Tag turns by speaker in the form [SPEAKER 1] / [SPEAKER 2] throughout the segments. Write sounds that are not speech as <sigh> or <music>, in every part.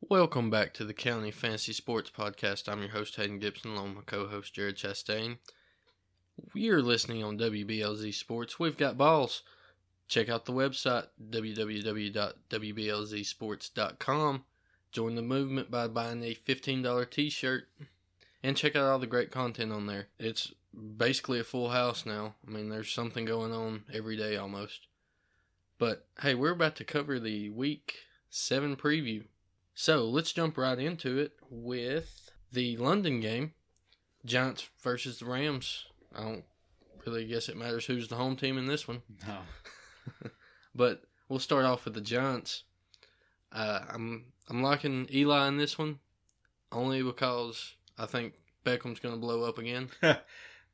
[SPEAKER 1] Welcome back to the County Fantasy Sports Podcast. I'm your host, Hayden Gibson, along with my co host, Jared Chastain. You're listening on WBLZ Sports. We've got balls. Check out the website, www.wblzsports.com. Join the movement by buying a $15 t shirt and check out all the great content on there. It's basically a full house now. I mean, there's something going on every day almost. But hey, we're about to cover the week seven preview. So let's jump right into it with the London game Giants versus the Rams. I don't really guess it matters who's the home team in this one,
[SPEAKER 2] No.
[SPEAKER 1] but we'll start off with the Giants. Uh, I'm I'm liking Eli in this one only because I think Beckham's going to blow up again.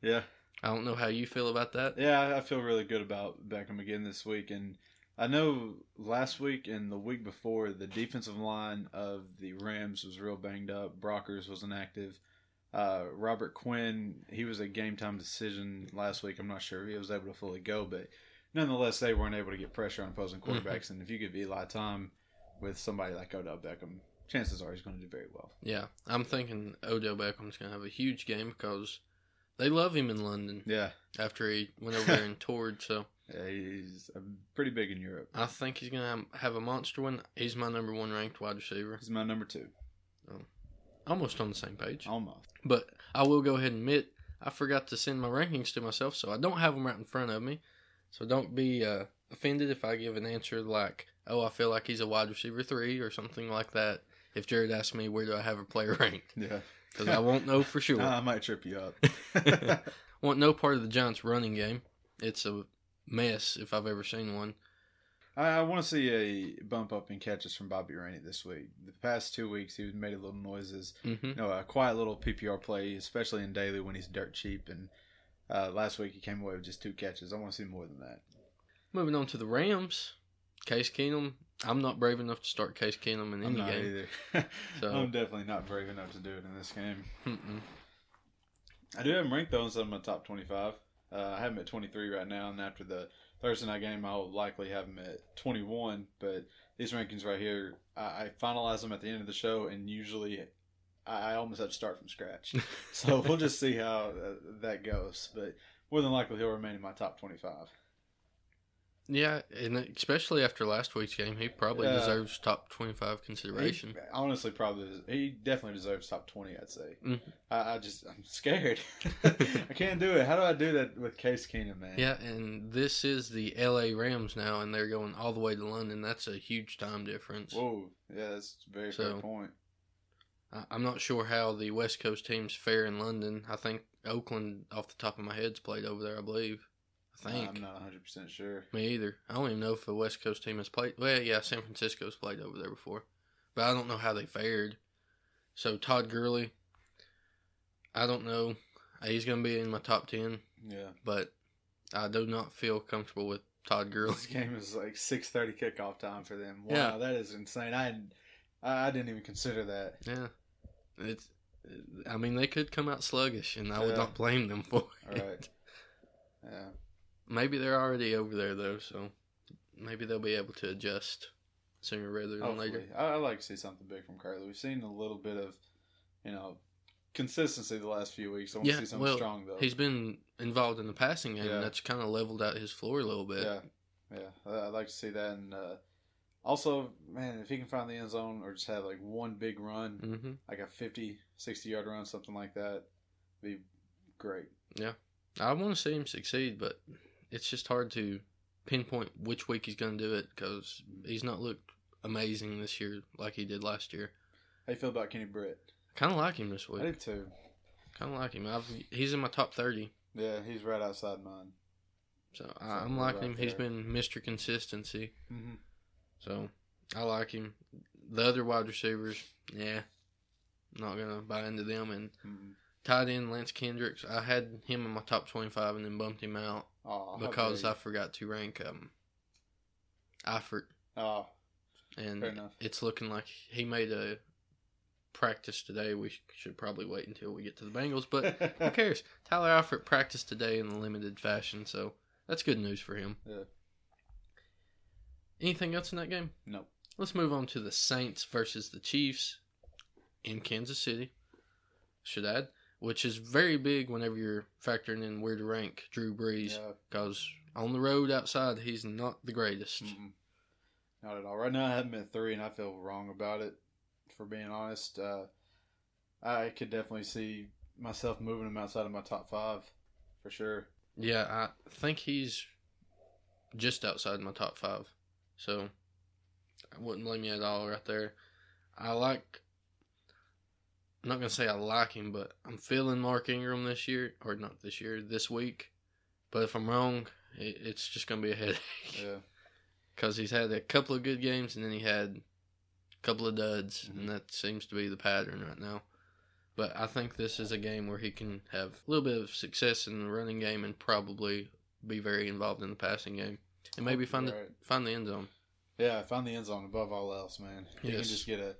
[SPEAKER 2] yeah.
[SPEAKER 1] I don't know how you feel about that.
[SPEAKER 2] Yeah, I- I feel really good about Beckham again this week. And I know last week and the week before, the defensive line of the Rams was real banged up. Brockers was inactive. Uh, Robert Quinn, he was a game time decision last week. I'm not sure if he was able to fully go, but nonetheless, they weren't able to get pressure on opposing quarterbacks. and if you give Eli time with somebody like Odell Beckham, chances are he's going to do very well.
[SPEAKER 1] Yeah, I'm thinking Odell Beckham's going to have a huge game because they love him in London
[SPEAKER 2] Yeah.
[SPEAKER 1] after he went over there and toured. So
[SPEAKER 2] Yeah, He's uh, pretty big in Europe.
[SPEAKER 1] I think he's going to have a monster one. He's my number one ranked wide receiver.
[SPEAKER 2] He's my number two,
[SPEAKER 1] Almost on the same page.
[SPEAKER 2] almost.
[SPEAKER 1] But I will go ahead and admit I forgot to send my rankings to myself, so I don't have them right in front of me. So don't be uh, offended if I give an answer like, "Oh, I feel like he's a wide receiver three or something like that." If Jared asks me where do I have a player <laughs> ranked,
[SPEAKER 2] Yeah.
[SPEAKER 1] because I won't know for
[SPEAKER 2] <laughs>
[SPEAKER 1] sure.
[SPEAKER 2] I might trip
[SPEAKER 1] <laughs>
[SPEAKER 2] you up.
[SPEAKER 1] Want no part of the Giants' running game. It's a mess if I've ever seen one.
[SPEAKER 2] I, I want to see a bump up in catches from Bobby Rainey this week. The past two weeks, he made a little noises.
[SPEAKER 1] hmm
[SPEAKER 2] No, a quiet little PPR play, especially in daily when he's dirt cheap. And uh, last week, he came away with just two catches. I want to see more than that.
[SPEAKER 1] Moving on to the Rams, Case Keenum. I'm not brave enough to start Case Keenum in
[SPEAKER 2] I'm
[SPEAKER 1] any
[SPEAKER 2] not
[SPEAKER 1] game.
[SPEAKER 2] either. <laughs>
[SPEAKER 1] So-
[SPEAKER 2] I'm definitely not brave enough to do it in this game.
[SPEAKER 1] Mm-mm.
[SPEAKER 2] I do have him ranked though inside my top twenty-five. Uh, I have him at twenty-three right now, and after the Thursday night game, I'll likely have him at twenty-one. But these rankings right here, I, I finalize them at the end of the show, and usually I, I almost have to start
[SPEAKER 1] <laughs>
[SPEAKER 2] from scratch. <laughs> so we'll just see how uh, that goes. But more than likely, he'll remain in my top twenty-five.
[SPEAKER 1] Yeah, and especially after last week's game, he probably
[SPEAKER 2] Yeah.
[SPEAKER 1] deserves top 25 consideration.
[SPEAKER 2] He, honestly, probably he definitely deserves top twenty. I'd say.
[SPEAKER 1] Mhm.
[SPEAKER 2] I, I just I'm
[SPEAKER 1] <laughs>
[SPEAKER 2] scared. I can't do it. How do I do that with Case Keenum, man?
[SPEAKER 1] Yeah, and this is the LA Rams now, and they're going all the way to London. That's a huge time difference.
[SPEAKER 2] Whoa. Yeah, that's a very
[SPEAKER 1] So-
[SPEAKER 2] fair point.
[SPEAKER 1] I- I'm not sure how the West Coast teams fare in London. I think Oakland, off the top of my head's played over there, I believe. I think.
[SPEAKER 2] I'm not 100 percent sure.
[SPEAKER 1] Me either. I don't even know if the West Coast team has played. Well, yeah, San Francisco's played over there before, but I don't know how they fared. So Todd Gurley, I don't know. He's going to be in my top ten,
[SPEAKER 2] Yeah,
[SPEAKER 1] <laughs> but I do not feel comfortable with Todd Gurley. <laughs>
[SPEAKER 2] this game is like 6:30 kickoff time for them. Wow,
[SPEAKER 1] Yeah.
[SPEAKER 2] that is insane. I hadn't- I I didn't even consider that.
[SPEAKER 1] <laughs> Yeah, it's. I mean, they could come out sluggish, and I would
[SPEAKER 2] Yeah.
[SPEAKER 1] not blame them for
[SPEAKER 2] All
[SPEAKER 1] it.
[SPEAKER 2] right. yeah.
[SPEAKER 1] Maybe they're already over there though, so maybe they'll be able to adjust sooner rather than later.
[SPEAKER 2] Hopefully, I, I like to see something big from Carly. We've seen a little bit of, you know, consistency the last few weeks. I want
[SPEAKER 1] Yeah,
[SPEAKER 2] to see something
[SPEAKER 1] well,
[SPEAKER 2] strong though.
[SPEAKER 1] He's been involved in the passing game,
[SPEAKER 2] Yeah.
[SPEAKER 1] and that's kind of leveled out his floor a little bit.
[SPEAKER 2] yeah, yeah. I- I'd like to see that. And uh, also, man, if he can find the end zone or just have like one big run,
[SPEAKER 1] hmm
[SPEAKER 2] like a 50, 60 yard run, something like that, be great.
[SPEAKER 1] I want to see him succeed, but it's just hard to pinpoint which week he's going to do it because he's not looked amazing this year like he did last year.
[SPEAKER 2] How you feel about Kenny Britt?
[SPEAKER 1] Kind of like him this
[SPEAKER 2] I
[SPEAKER 1] week.
[SPEAKER 2] did too.
[SPEAKER 1] Kind of like him. I've, he's in my top thirty,
[SPEAKER 2] Yeah, he's right outside mine.
[SPEAKER 1] so I,
[SPEAKER 2] Something
[SPEAKER 1] I'm liking
[SPEAKER 2] about
[SPEAKER 1] him. He's
[SPEAKER 2] there.
[SPEAKER 1] been Mister Consistency,
[SPEAKER 2] Mm-hmm.
[SPEAKER 1] so I like him. The other wide receivers, yeah, not gonna buy into them. And
[SPEAKER 2] Mm-hmm.
[SPEAKER 1] tight end Lance Kendricks, I had him in my top twenty-five and then bumped him out
[SPEAKER 2] Oh,
[SPEAKER 1] because I forgot to rank um Eifert,
[SPEAKER 2] oh,
[SPEAKER 1] and
[SPEAKER 2] Fair enough.
[SPEAKER 1] it's looking like he made a practice today. We sh- should probably wait until we get to the Bengals,
[SPEAKER 2] <laughs>
[SPEAKER 1] but who cares? Tyler Eifert practiced today in a limited fashion, so that's good news for him.
[SPEAKER 2] Yeah.
[SPEAKER 1] Anything else in that game?
[SPEAKER 2] no.
[SPEAKER 1] Let's move on to the Saints versus the Chiefs in Kansas City. Should add, which is very big whenever you're factoring in where to rank Drew Brees
[SPEAKER 2] Yeah.
[SPEAKER 1] because on the road outside he's not the greatest.
[SPEAKER 2] Mm-mm. Not at all. Right now, I have him at three, and I feel wrong about it. For being honest, uh, I could definitely see myself moving him outside of my top five, for sure.
[SPEAKER 1] Yeah, I think he's just outside my top five. So I wouldn't blame you at all right there. I like I'm not gonna say I like him, but I'm feeling Mark Ingram this year or not this year, this week. But if I'm wrong, it, it's just gonna be a headache
[SPEAKER 2] Yeah,
[SPEAKER 1] because he's had a couple of good games and then he had a couple of duds,
[SPEAKER 2] Mhm.
[SPEAKER 1] and that seems to be the pattern right now. But I think this is a game where he can have a little bit of success in the running game and probably be very involved in the passing game and maybe find the
[SPEAKER 2] Right.
[SPEAKER 1] find the end zone.
[SPEAKER 2] yeah. I found the end zone above all else, man. You can
[SPEAKER 1] Yes.
[SPEAKER 2] just get a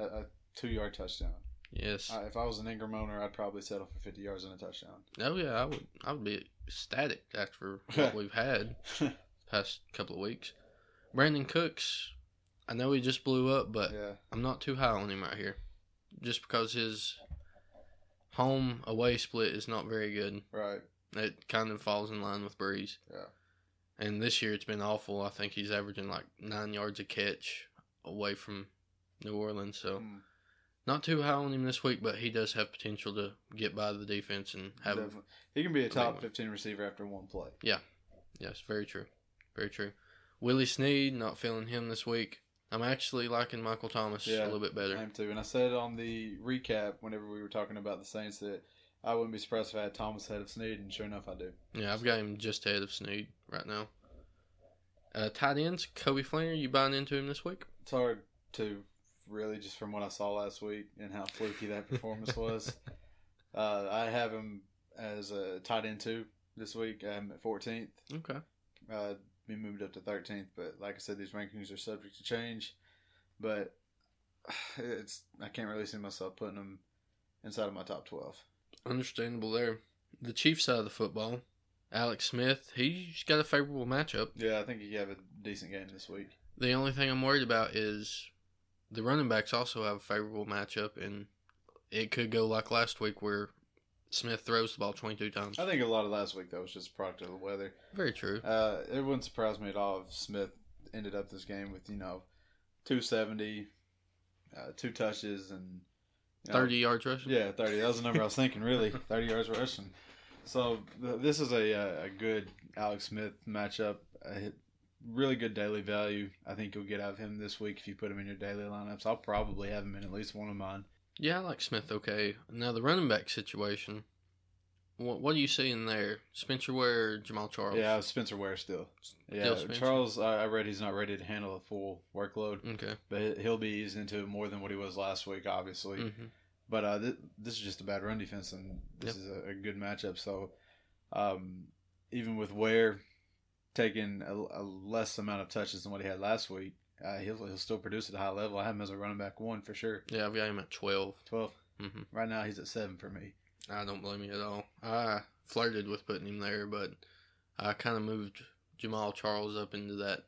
[SPEAKER 2] a, a two yard touchdown.
[SPEAKER 1] Yes.
[SPEAKER 2] I, if I was an Ingram owner, I'd probably settle for fifty yards and a touchdown. <laughs>
[SPEAKER 1] oh yeah, I would I would be ecstatic after what we've had past couple of weeks. Brandon Cooks, I know he just blew up, but
[SPEAKER 2] yeah,
[SPEAKER 1] I'm not too high on him right here, just because his home away split is not very good.
[SPEAKER 2] right.
[SPEAKER 1] It kind of falls in line with Breeze.
[SPEAKER 2] Yeah.
[SPEAKER 1] And this year it's been awful. I think he's averaging like nine yards a catch away from New Orleans. So
[SPEAKER 2] Mm,
[SPEAKER 1] not too high on him this week, but he does have potential to get by the defense and have.
[SPEAKER 2] definitely. He can be a
[SPEAKER 1] big
[SPEAKER 2] top
[SPEAKER 1] one.
[SPEAKER 2] fifteen receiver after one play.
[SPEAKER 1] Yes, very true, very true. Willie Sneed, not feeling him this week. I'm actually liking Michael Thomas a
[SPEAKER 2] Yeah.
[SPEAKER 1] little bit
[SPEAKER 2] I
[SPEAKER 1] better.
[SPEAKER 2] am too. And I said on the recap whenever we were talking about the Saints that I wouldn't be surprised if I had Thomas ahead of Snead, and sure enough, I do.
[SPEAKER 1] Yeah, I've got him just ahead of Snead right now. Uh, tight ends, Kobe Flaner, you buying into him this week?
[SPEAKER 2] It's hard to really just from what I saw last week and how fluky that
[SPEAKER 1] <laughs>
[SPEAKER 2] performance was. Uh, I have him as a tight end two this week. I'm at 14th.
[SPEAKER 1] Okay.
[SPEAKER 2] Uh, we moved up to 13th, but like I said, these rankings are subject to change. But <sighs> it's I can't really see myself putting him inside of my top 12.
[SPEAKER 1] Understandable there. The Chiefs side of the football, Alex Smith, he's got a favorable matchup.
[SPEAKER 2] Yeah, I think he have a decent game this week.
[SPEAKER 1] The only thing I'm worried about is the running backs also have a favorable matchup, and it could go like last week where Smith throws the ball 22 times.
[SPEAKER 2] I think a lot of last week though was just a product of the weather.
[SPEAKER 1] Very true.
[SPEAKER 2] Uh, it wouldn't surprise me at all if Smith ended up this game with you know, two seventy, uh, two touches and you know,
[SPEAKER 1] 30 yards rushing?
[SPEAKER 2] Yeah, thirty. That was the number I was
[SPEAKER 1] <laughs>
[SPEAKER 2] thinking. Really, thirty yards rushing. So th- this is a uh, a good Alex Smith matchup. A really good daily value. I think you'll get out of him this week if you put him in your daily lineups. I'll probably have him in at least one of mine.
[SPEAKER 1] Yeah, I like Smith okay. Now, the running back situation, what, what are you seeing there? Spencer Ware, or Jamal Charles?
[SPEAKER 2] Yeah, Spencer Ware still. Yeah,
[SPEAKER 1] Spencer.
[SPEAKER 2] Charles. I, I read he's not ready to handle a full workload.
[SPEAKER 1] Okay.
[SPEAKER 2] but he- he'll be eased into it more than what he was last week, obviously.
[SPEAKER 1] hmm
[SPEAKER 2] But uh, th- this is just a bad run defense, and this is a, a good matchup. So, um, even with Ware taking a, a less amount of touches than what he had last week, uh, he'll, he'll still produce at a high level. I have him as a running back one for sure.
[SPEAKER 1] Yeah, I've got him at 12.
[SPEAKER 2] 12.
[SPEAKER 1] hmm
[SPEAKER 2] Right now, he's at seven for me.
[SPEAKER 1] I don't blame you at all. I flirted with putting him there, but I kind of moved Jamal Charles up into that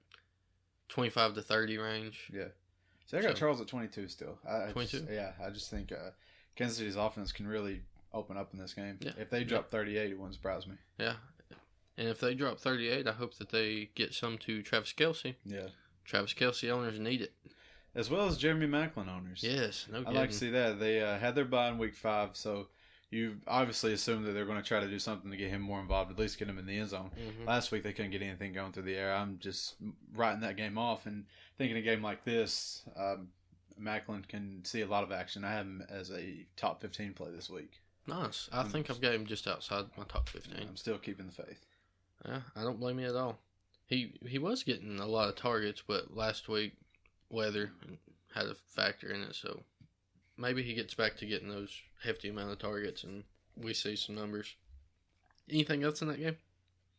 [SPEAKER 1] 25 to 30 range.
[SPEAKER 2] See, I got
[SPEAKER 1] So-
[SPEAKER 2] Charles at 22 still. I, I
[SPEAKER 1] 22?
[SPEAKER 2] Just, yeah, I just think uh, Kansas City's offense can really open up in this game.
[SPEAKER 1] Yeah.
[SPEAKER 2] If they drop 38, it wouldn't surprise me.
[SPEAKER 1] Yeah. And if they drop 38, I hope that they get some to Travis Kelsey.
[SPEAKER 2] Yeah.
[SPEAKER 1] Travis Kelsey owners need it.
[SPEAKER 2] As well as Jeremy Macklin owners.
[SPEAKER 1] Yes, no
[SPEAKER 2] I
[SPEAKER 1] kidding.
[SPEAKER 2] like to see that they uh, had their bye in week five, so you obviously assume that they're going to try to do something to get him more involved, at least get him in the end zone.
[SPEAKER 1] Mhm.
[SPEAKER 2] Last week they couldn't get anything going through the air. I'm just writing that game off and thinking a game like this, um, Macklin can see a lot of action. I have him as a top 15 play this week.
[SPEAKER 1] Nice. I think I've got him just outside my top 15.
[SPEAKER 2] I'm still keeping the faith.
[SPEAKER 1] Yeah, I don't blame you at all. He he was getting a lot of targets, but last week weather had a factor in it, so maybe he gets back to getting those hefty amount of targets and we see some numbers. Anything else in that game?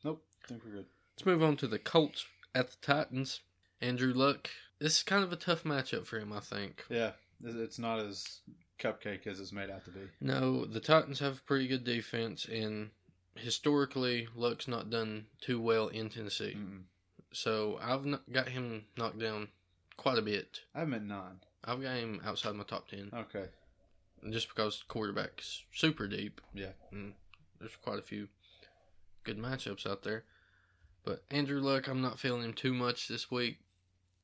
[SPEAKER 2] Nope, I think we're good.
[SPEAKER 1] Let's move on to the Colts at the Titans. Andrew Luck. This is kind of a tough matchup for him, I think.
[SPEAKER 2] Yeah, it- it's not as cupcake as it's made out to be.
[SPEAKER 1] No, the Titans have a pretty good defense, and historically, Luck's not done too well in Tennessee.
[SPEAKER 2] Mm-mm.
[SPEAKER 1] So I've not got him knocked down quite a bit.
[SPEAKER 2] I am at nine.
[SPEAKER 1] I've got him outside my top ten
[SPEAKER 2] Okay.
[SPEAKER 1] just because quarterback's super deep.
[SPEAKER 2] Yeah.
[SPEAKER 1] And there's quite a few good matchups out there. But Andrew Luck, I'm not feeling him too much this week.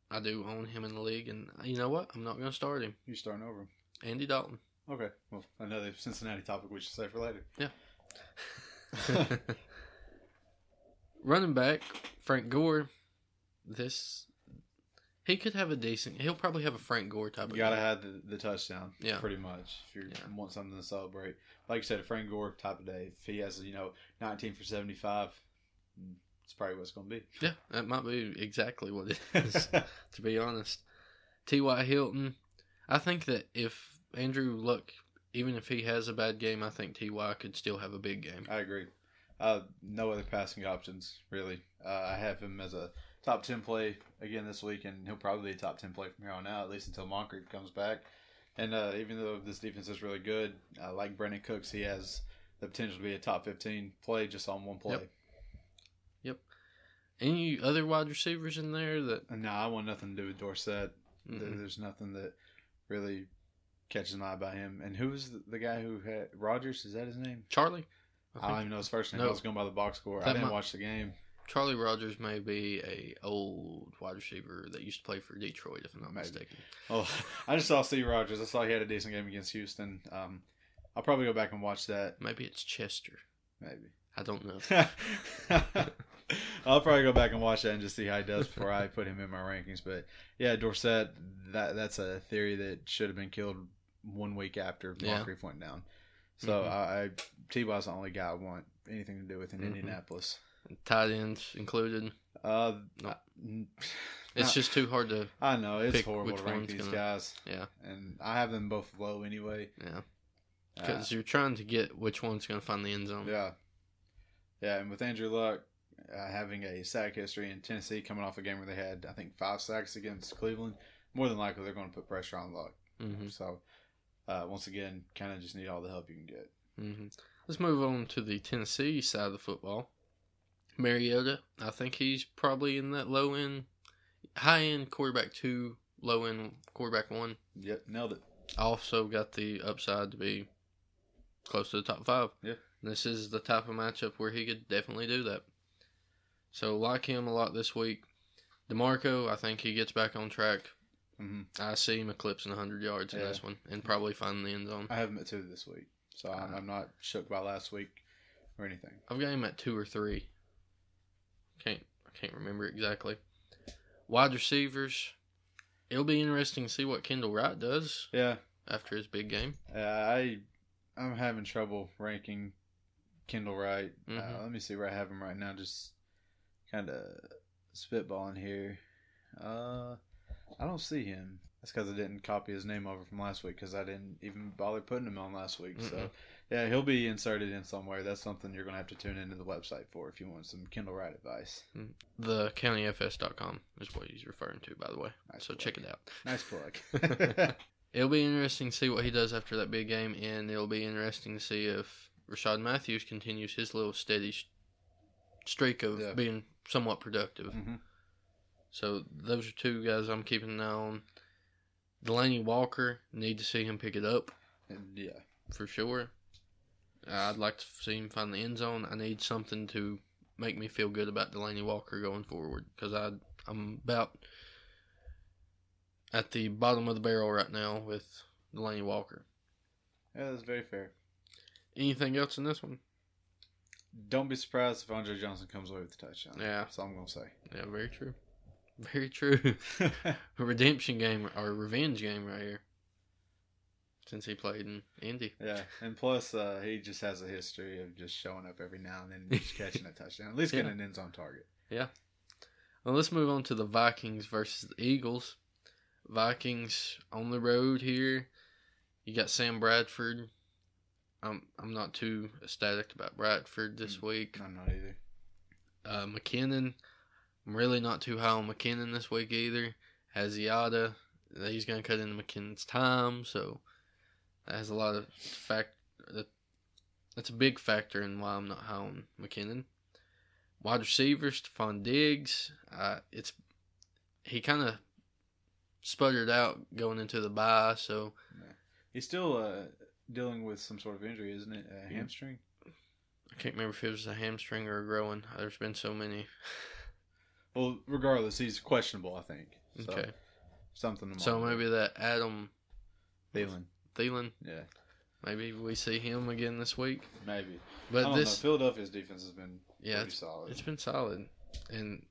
[SPEAKER 1] I do own him in the league, and uh, you know what? I'm not going to start him.
[SPEAKER 2] You're starting over. him.
[SPEAKER 1] Andy
[SPEAKER 2] <laughs>
[SPEAKER 1] Dalton.
[SPEAKER 2] Okay. Well, another Cincinnati topic we should save for later.
[SPEAKER 1] Running back Frank Gore. This he could have a decent. He'll probably have a Frank Gore type.
[SPEAKER 2] You gotta
[SPEAKER 1] game.
[SPEAKER 2] have the, the touchdown,
[SPEAKER 1] Yeah.
[SPEAKER 2] pretty much. If you
[SPEAKER 1] Yeah.
[SPEAKER 2] want something to celebrate, like you said, Frank Gore type of day. If he has, you know, nineteen for seventy-five, mm, it's probably what it's gonna be. <laughs>
[SPEAKER 1] Yeah, that might be exactly what it is. <laughs> to be honest, T. Y. Hilton. I think that if Andrew Luck, even if he has a bad game, I think T. Y. could still have a big game.
[SPEAKER 2] I agree. Uh, no other passing options really. Uh, I have him as a top ten play again this week, and he'll probably be a top ten play from here on out, at least until Moncrief comes back. And uh, even though this defense is really good, uh, like Brandon Cooks, he has the potential to be a top fifteen play just on one play.
[SPEAKER 1] Yep. Any other wide receivers in there that?
[SPEAKER 2] And No, I want nothing to do with Dorsett. There-
[SPEAKER 1] Mm-mm.
[SPEAKER 2] There's nothing that really catches my eye by him. And who was the, the guy who had Rogers? Is that his name?
[SPEAKER 1] Charlie.
[SPEAKER 2] I, don't even know his first name.
[SPEAKER 1] No.
[SPEAKER 2] I was going by the box score.
[SPEAKER 1] That
[SPEAKER 2] I didn't
[SPEAKER 1] might-
[SPEAKER 2] watch the game.
[SPEAKER 1] Charlie Rogers may be a old wide receiver that used to play for Detroit, if I'm not
[SPEAKER 2] Maybe.
[SPEAKER 1] mistaken. <laughs>
[SPEAKER 2] Oh, <laughs> I just saw Steve Rogers. I saw he had a decent game against Houston. Um, I'll probably go back and watch that.
[SPEAKER 1] Maybe it's Chester.
[SPEAKER 2] Maybe.
[SPEAKER 1] I don't know.
[SPEAKER 2] <laughs> I'll probably go back and watch that and just see how he does before I put him in my rankings. But yeah, Dorsett, that that's a theory that should have been killed one week after
[SPEAKER 1] Yeah.
[SPEAKER 2] Moncrief went down. So
[SPEAKER 1] Mhm.
[SPEAKER 2] I, I T Bob's the only guy I want anything to do with in
[SPEAKER 1] Mhm.
[SPEAKER 2] Indianapolis.
[SPEAKER 1] Tight ends included.
[SPEAKER 2] Uh,
[SPEAKER 1] No.
[SPEAKER 2] I-
[SPEAKER 1] It's
[SPEAKER 2] Nah.
[SPEAKER 1] just too hard to.
[SPEAKER 2] I know it's
[SPEAKER 1] Pick
[SPEAKER 2] horrible
[SPEAKER 1] which
[SPEAKER 2] to rank
[SPEAKER 1] one's
[SPEAKER 2] these
[SPEAKER 1] gonna-
[SPEAKER 2] guys,
[SPEAKER 1] Yeah,
[SPEAKER 2] and I have them both low anyway.
[SPEAKER 1] yeah.
[SPEAKER 2] Uh,
[SPEAKER 1] Because you're trying to get which one's going to find the end zone.
[SPEAKER 2] Yeah. Yeah, and with Andrew Luck uh, having a sack history in Tennessee coming off a game where they had, I think, five sacks against Cleveland, more than likely they're going to put pressure on Luck.
[SPEAKER 1] hmm
[SPEAKER 2] So, uh, once again, kind of just need all the help you can get.
[SPEAKER 1] hmm Let's move on to the Tennessee side of the football. Mariota, I think he's probably in that low end, high end quarterback two, low end quarterback one.
[SPEAKER 2] Yep, nailed it.
[SPEAKER 1] also got the upside to be close to the top five.
[SPEAKER 2] Yeah.
[SPEAKER 1] This is the type of matchup where he could definitely do that. So like him a lot this week. DeMarco, I think he gets back on track.
[SPEAKER 2] hmm
[SPEAKER 1] I see him eclipsing 100 yards in
[SPEAKER 2] Yeah.
[SPEAKER 1] this one and probably finding the end zone.
[SPEAKER 2] I have him at two this week, so I'm,
[SPEAKER 1] Ah.
[SPEAKER 2] I'm not shook by last week or anything.
[SPEAKER 1] I've got him at two or three. Can't I can't remember exactly. Wide receivers. It'll be interesting to see what Kendall Wright does
[SPEAKER 2] Yeah,
[SPEAKER 1] after his big game.
[SPEAKER 2] uh, I I'm having trouble ranking Kendall Wright.
[SPEAKER 1] Mhm.
[SPEAKER 2] Uh, let me see where I have him right now. Just kind of spitballing here. Uh, I don't see him. That's because I didn't copy his name over from last week because I didn't even bother putting him on last week. So
[SPEAKER 1] Mm-mm.
[SPEAKER 2] yeah, he'll be inserted in somewhere. That's something you're gonna have to tune into the website for if you want some Kendall Wright advice.
[SPEAKER 1] The countyfs.com is what he's referring to, by the way.
[SPEAKER 2] Nice
[SPEAKER 1] so
[SPEAKER 2] plug.
[SPEAKER 1] check it out. <laughs>
[SPEAKER 2] Nice plug. <laughs>
[SPEAKER 1] It'll be interesting to see what he does after that big game, and it'll be interesting to see if Rashad Matthews continues his little steady s- streak of
[SPEAKER 2] Yeah.
[SPEAKER 1] being somewhat productive.
[SPEAKER 2] hmm
[SPEAKER 1] So those are two guys I'm keeping an eye on. Delaney Walker, need to see him pick it up
[SPEAKER 2] yeah.
[SPEAKER 1] for sure. I'd like to see him find the end zone. I need something to make me feel good about Delaney Walker going forward because I I'm about at the bottom of the barrel right now with Delaney Walker.
[SPEAKER 2] Yeah, that's very fair.
[SPEAKER 1] Anything else in this one?
[SPEAKER 2] Don't be surprised if Andre Johnson comes away with the touchdown.
[SPEAKER 1] Yeah.
[SPEAKER 2] That's all I'm gonna say.
[SPEAKER 1] Yeah, very true. Very true. <laughs> A redemption game or revenge game right here. Since he played in Indy.
[SPEAKER 2] Yeah, and plus uh, he just has a history of just showing up every now and then and just catching a touchdown, at least getting
[SPEAKER 1] Yeah.
[SPEAKER 2] an end zone target.
[SPEAKER 1] Well, let's move on to the Vikings versus the Eagles. Vikings on the road here. You got Sam Bradford. I'm I'm not too ecstatic about Bradford this
[SPEAKER 2] Mm.
[SPEAKER 1] week.
[SPEAKER 2] I'm not either.
[SPEAKER 1] Uh, McKinnon, I'm really not too high on McKinnon this week either. Asiata, he's going to cut into McKinnon's time, so that has a lot of fact. That, that's a big factor in why I'm not high on McKinnon. Wide receiver Stephon Diggs, uh, it's he kind of sputtered out going into the bye. So
[SPEAKER 2] He's still uh, dealing with some sort of injury, isn't it? A hamstring.
[SPEAKER 1] I can't remember if it was a hamstring or a growing. There's been so many.
[SPEAKER 2] Well, regardless, he's questionable. I think. So,
[SPEAKER 1] okay,
[SPEAKER 2] Something. to
[SPEAKER 1] so
[SPEAKER 2] monitor.
[SPEAKER 1] maybe that Adam
[SPEAKER 2] Thielen.
[SPEAKER 1] Thielen.
[SPEAKER 2] Yeah,
[SPEAKER 1] Maybe we see him again this week.
[SPEAKER 2] maybe. I
[SPEAKER 1] But
[SPEAKER 2] don't
[SPEAKER 1] this,
[SPEAKER 2] know. Philadelphia's defense has been
[SPEAKER 1] yeah,
[SPEAKER 2] pretty
[SPEAKER 1] it's,
[SPEAKER 2] solid.
[SPEAKER 1] it's been solid, and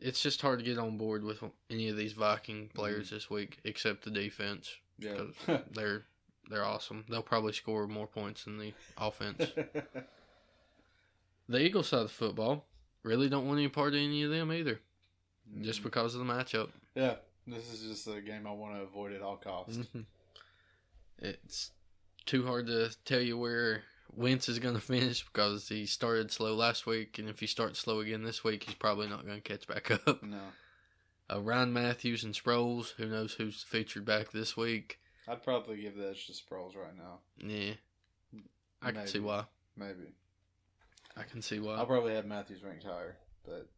[SPEAKER 1] it's just hard to get on board with any of these
[SPEAKER 2] Mm-hmm.
[SPEAKER 1] Viking players this week, except the defense.
[SPEAKER 2] yeah. <laughs>
[SPEAKER 1] They're they're awesome. They'll probably score more points than
[SPEAKER 2] <laughs>
[SPEAKER 1] the offense.
[SPEAKER 2] Mm.
[SPEAKER 1] the Eagles side of the football really don't want any part of any of them either,
[SPEAKER 2] Mm.
[SPEAKER 1] just because of the matchup.
[SPEAKER 2] yeah, this is just a game I want to avoid at all costs.
[SPEAKER 1] Mm. Mm-hmm. It's too hard to tell you where Wentz is going to <laughs> finish because he started slow last week, and if he starts slow again this week, he's probably not going to catch back <laughs> up.
[SPEAKER 2] No,
[SPEAKER 1] Uh, Ryan Matthews and Sproles, who knows who's featured back this week?
[SPEAKER 2] I'd probably give the edge to Sproles right now.
[SPEAKER 1] Yeah, I can
[SPEAKER 2] Maybe.
[SPEAKER 1] see why.
[SPEAKER 2] Maybe
[SPEAKER 1] I can see why.
[SPEAKER 2] I'll probably have Matthews ranked higher, but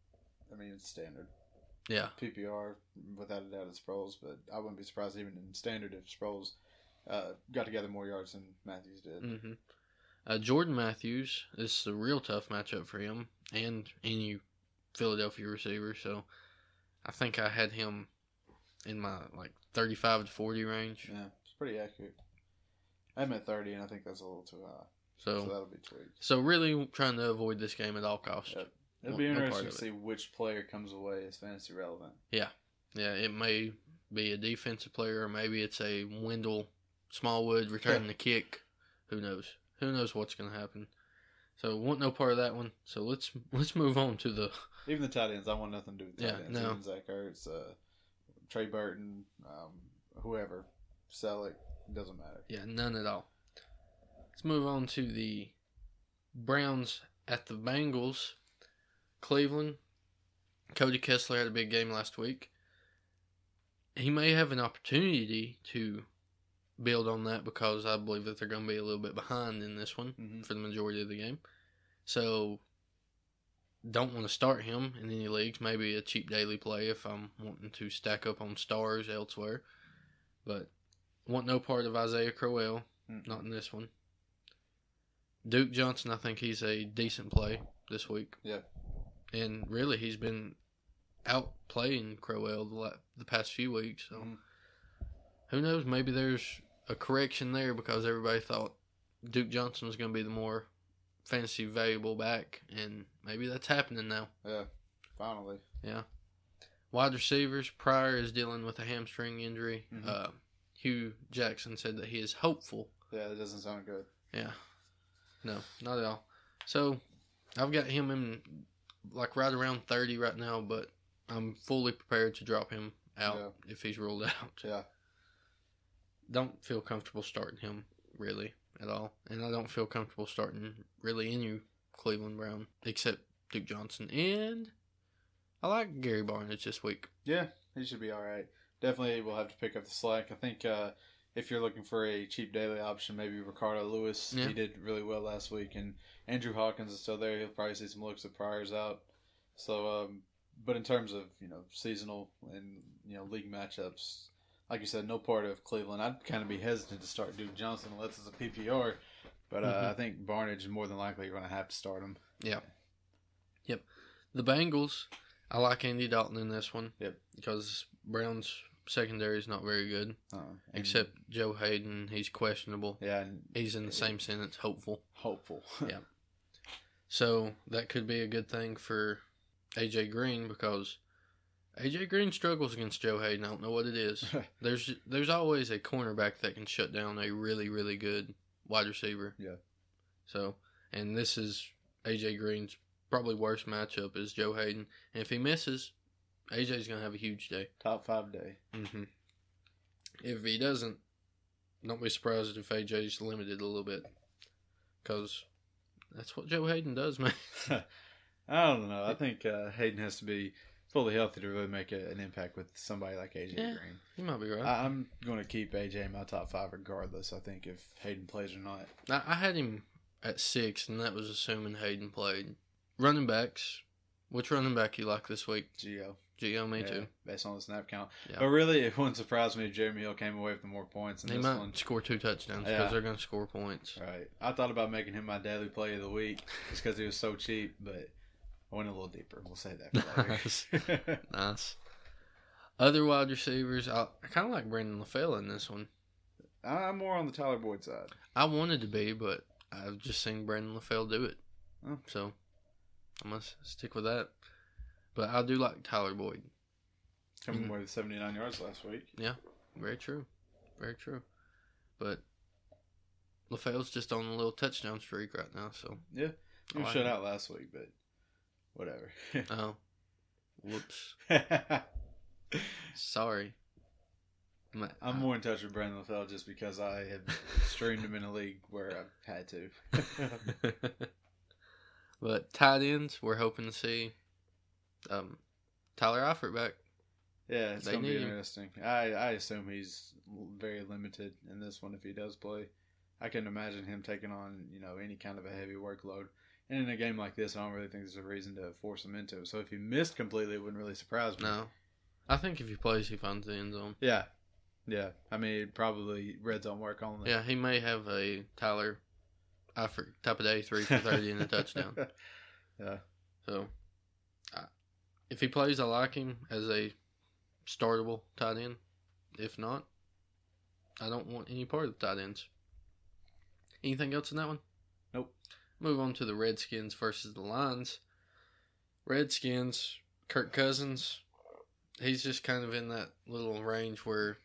[SPEAKER 2] I mean it's standard
[SPEAKER 1] yeah,
[SPEAKER 2] PPR without a doubt. It's Sproles, but I wouldn't be surprised even in standard if Sproles uh, got together more yards than Matthews did.
[SPEAKER 1] hmm Uh, Jordan Matthews this is a real tough matchup for him and any Philadelphia receiver. So I think I had him in my like thirty-five to forty range.
[SPEAKER 2] Yeah, it's pretty accurate. I'm at thirty, and I think that's a little too high, so
[SPEAKER 1] So
[SPEAKER 2] that'll be tweaked.
[SPEAKER 1] so really trying to avoid this game at all costs.
[SPEAKER 2] Yep. It'll
[SPEAKER 1] Well,
[SPEAKER 2] be
[SPEAKER 1] no part
[SPEAKER 2] interesting
[SPEAKER 1] of
[SPEAKER 2] to
[SPEAKER 1] it.
[SPEAKER 2] see which player comes away as fantasy relevant.
[SPEAKER 1] Yeah, it may be a defensive player, or maybe it's a Wendell Smallwood returning the kick. Who knows? Who knows what's going to happen? So want no part of that one. So let's let's move on to the
[SPEAKER 2] Even the tight ends, I want nothing to do with tight
[SPEAKER 1] Yeah,
[SPEAKER 2] ends.
[SPEAKER 1] no.
[SPEAKER 2] Even Zach Ertz, uh, Trey Burton, um, whoever, Selleck, doesn't matter.
[SPEAKER 1] Yeah, none at all. Let's move on to the Browns at the Bengals. Cleveland. Cody Kessler had a big game last week. He may have an opportunity to build on that because I believe that they're going to be a little bit behind in this one
[SPEAKER 2] Mhm.
[SPEAKER 1] for the majority of the game. So don't want to start him in any leagues. Maybe a cheap daily play if I'm wanting to stack up on stars elsewhere. But want no part of Isaiah Crowell,
[SPEAKER 2] Mm.
[SPEAKER 1] not in this one. Duke Johnson, I think he's a decent play this week.
[SPEAKER 2] Yeah.
[SPEAKER 1] And really, he's been outplaying Crowell the, la- the past few weeks. So
[SPEAKER 2] Mhm.
[SPEAKER 1] who knows? Maybe there's a correction there because everybody thought Duke Johnson was going to be the more fantasy valuable back, and maybe that's happening now.
[SPEAKER 2] Yeah, finally.
[SPEAKER 1] Wide receivers, Pryor is dealing with a hamstring injury.
[SPEAKER 2] Mhm.
[SPEAKER 1] Uh, Hugh Jackson said that he is hopeful.
[SPEAKER 2] Yeah, that doesn't sound good.
[SPEAKER 1] Yeah. No, not at all. So I've got him in like right around 30 right now, but I'm fully prepared to drop him out if he's ruled <laughs> out.
[SPEAKER 2] Yeah,
[SPEAKER 1] Don't feel comfortable starting him really at all. And I don't feel comfortable starting really any Cleveland Brown except Duke Johnson. And I like Gary Barnage this week.
[SPEAKER 2] yeah, he should be all right. Definitely, we'll have to pick up the slack. I think uh, if you're looking for a cheap daily option, maybe Ricardo Lewis.
[SPEAKER 1] Yeah.
[SPEAKER 2] He did really well last week, and Andrew Hawkins is still there. He'll probably see some looks at Pryor's out. So, um, but in terms of you know seasonal and you know league matchups, like you said, no part of Cleveland. I'd kind of be hesitant to start Duke Johnson unless it's a PPR. But uh,
[SPEAKER 1] Mhm.
[SPEAKER 2] I think Barnage is more than likely going to have to start him.
[SPEAKER 1] The Bengals, I like Andy Dalton in this one.
[SPEAKER 2] Yep.
[SPEAKER 1] Because Brown's secondary is not very good.
[SPEAKER 2] Uh, and-
[SPEAKER 1] Except Joe Hayden, he's questionable.
[SPEAKER 2] yeah, and
[SPEAKER 1] He's in the same sentence, hopeful. <laughs>
[SPEAKER 2] hopeful. <laughs>
[SPEAKER 1] Yeah. So that could be a good thing for AJ Green because AJ Green struggles against Joe Hayden. I don't know what it is. There's there's always a cornerback that can shut down a really really good wide receiver.
[SPEAKER 2] Yeah.
[SPEAKER 1] So and this is AJ Green's probably worst matchup is Joe Hayden, and if he misses, AJ's gonna have a huge day.
[SPEAKER 2] Top five day. <laughs>
[SPEAKER 1] Mm-hmm. If he doesn't, don't be surprised if AJ's limited a little bit, because that's what Joe Hayden does, man. <laughs>
[SPEAKER 2] I don't know. I think uh, Hayden has to be fully healthy to really make a, an impact with somebody like AJ
[SPEAKER 1] Yeah.
[SPEAKER 2] Green.
[SPEAKER 1] You might be right.
[SPEAKER 2] I, I'm going to keep AJ in my top five regardless. I think if Hayden plays or not.
[SPEAKER 1] I, I had him at six, and that was assuming Hayden played. Running backs. Which running back you like this week?
[SPEAKER 2] Geo,
[SPEAKER 1] Geo, me
[SPEAKER 2] oh, yeah,
[SPEAKER 1] too.
[SPEAKER 2] Based on the snap count.
[SPEAKER 1] Yeah.
[SPEAKER 2] But really, it wouldn't surprise me if Jeremy Hill came away with the more points in
[SPEAKER 1] They
[SPEAKER 2] this
[SPEAKER 1] might
[SPEAKER 2] one.
[SPEAKER 1] score two touchdowns because
[SPEAKER 2] Yeah.
[SPEAKER 1] they're going to score points.
[SPEAKER 2] Right. I thought about making him my daily play of the week just because he was so cheap, but I went a little deeper. We'll say
[SPEAKER 1] <laughs>
[SPEAKER 2] that <laughs>
[SPEAKER 1] Nice.
[SPEAKER 2] for later.
[SPEAKER 1] Nice. Other wide receivers, I, I kind of like Brandon LaFell in this one.
[SPEAKER 2] I'm more on the Tyler Boyd side.
[SPEAKER 1] I wanted to be, but I've just seen Brandon LaFell do it.
[SPEAKER 2] Oh.
[SPEAKER 1] So I'm going to stick with that. But I do like Tyler Boyd.
[SPEAKER 2] Coming
[SPEAKER 1] Mhm.
[SPEAKER 2] away with 79 yards last week.
[SPEAKER 1] Very true. Very true. But LaFell's just on a little touchdown streak right now, so.
[SPEAKER 2] Yeah. He
[SPEAKER 1] I
[SPEAKER 2] was
[SPEAKER 1] like
[SPEAKER 2] shut
[SPEAKER 1] him.
[SPEAKER 2] out last week, but whatever. <laughs>
[SPEAKER 1] Oh. Whoops. Sorry. Ma-
[SPEAKER 2] I'm
[SPEAKER 1] I-
[SPEAKER 2] more in touch with Brandon LaFell just because I have streamed him in a league where I've had to. <laughs>
[SPEAKER 1] <laughs> but tight ends, we're hoping to see um, Tyler Eifert back.
[SPEAKER 2] yeah, it's
[SPEAKER 1] They
[SPEAKER 2] going to
[SPEAKER 1] need
[SPEAKER 2] be
[SPEAKER 1] him.
[SPEAKER 2] interesting. I, I assume he's l- very limited in this one if he does play. I can imagine him taking on, you know, any kind of a heavy workload. And in a game like this, I don't really think there's a reason to force him into it. So if he missed completely, it wouldn't really surprise me.
[SPEAKER 1] No, I think if he plays, he finds the end zone.
[SPEAKER 2] Yeah. Yeah. I mean, probably red zone work only.
[SPEAKER 1] Yeah, he may have a Tyler Eifert type of day, three for thirty
[SPEAKER 2] <laughs>
[SPEAKER 1] and a touchdown.
[SPEAKER 2] Yeah.
[SPEAKER 1] So, I, if he plays, I like him as a startable tight end. If not, I don't want any part of the tight ends. Anything else in that one?
[SPEAKER 2] Nope.
[SPEAKER 1] Move on to the Redskins versus the Lions. Redskins, Kirk Cousins, he's just kind of in that little range where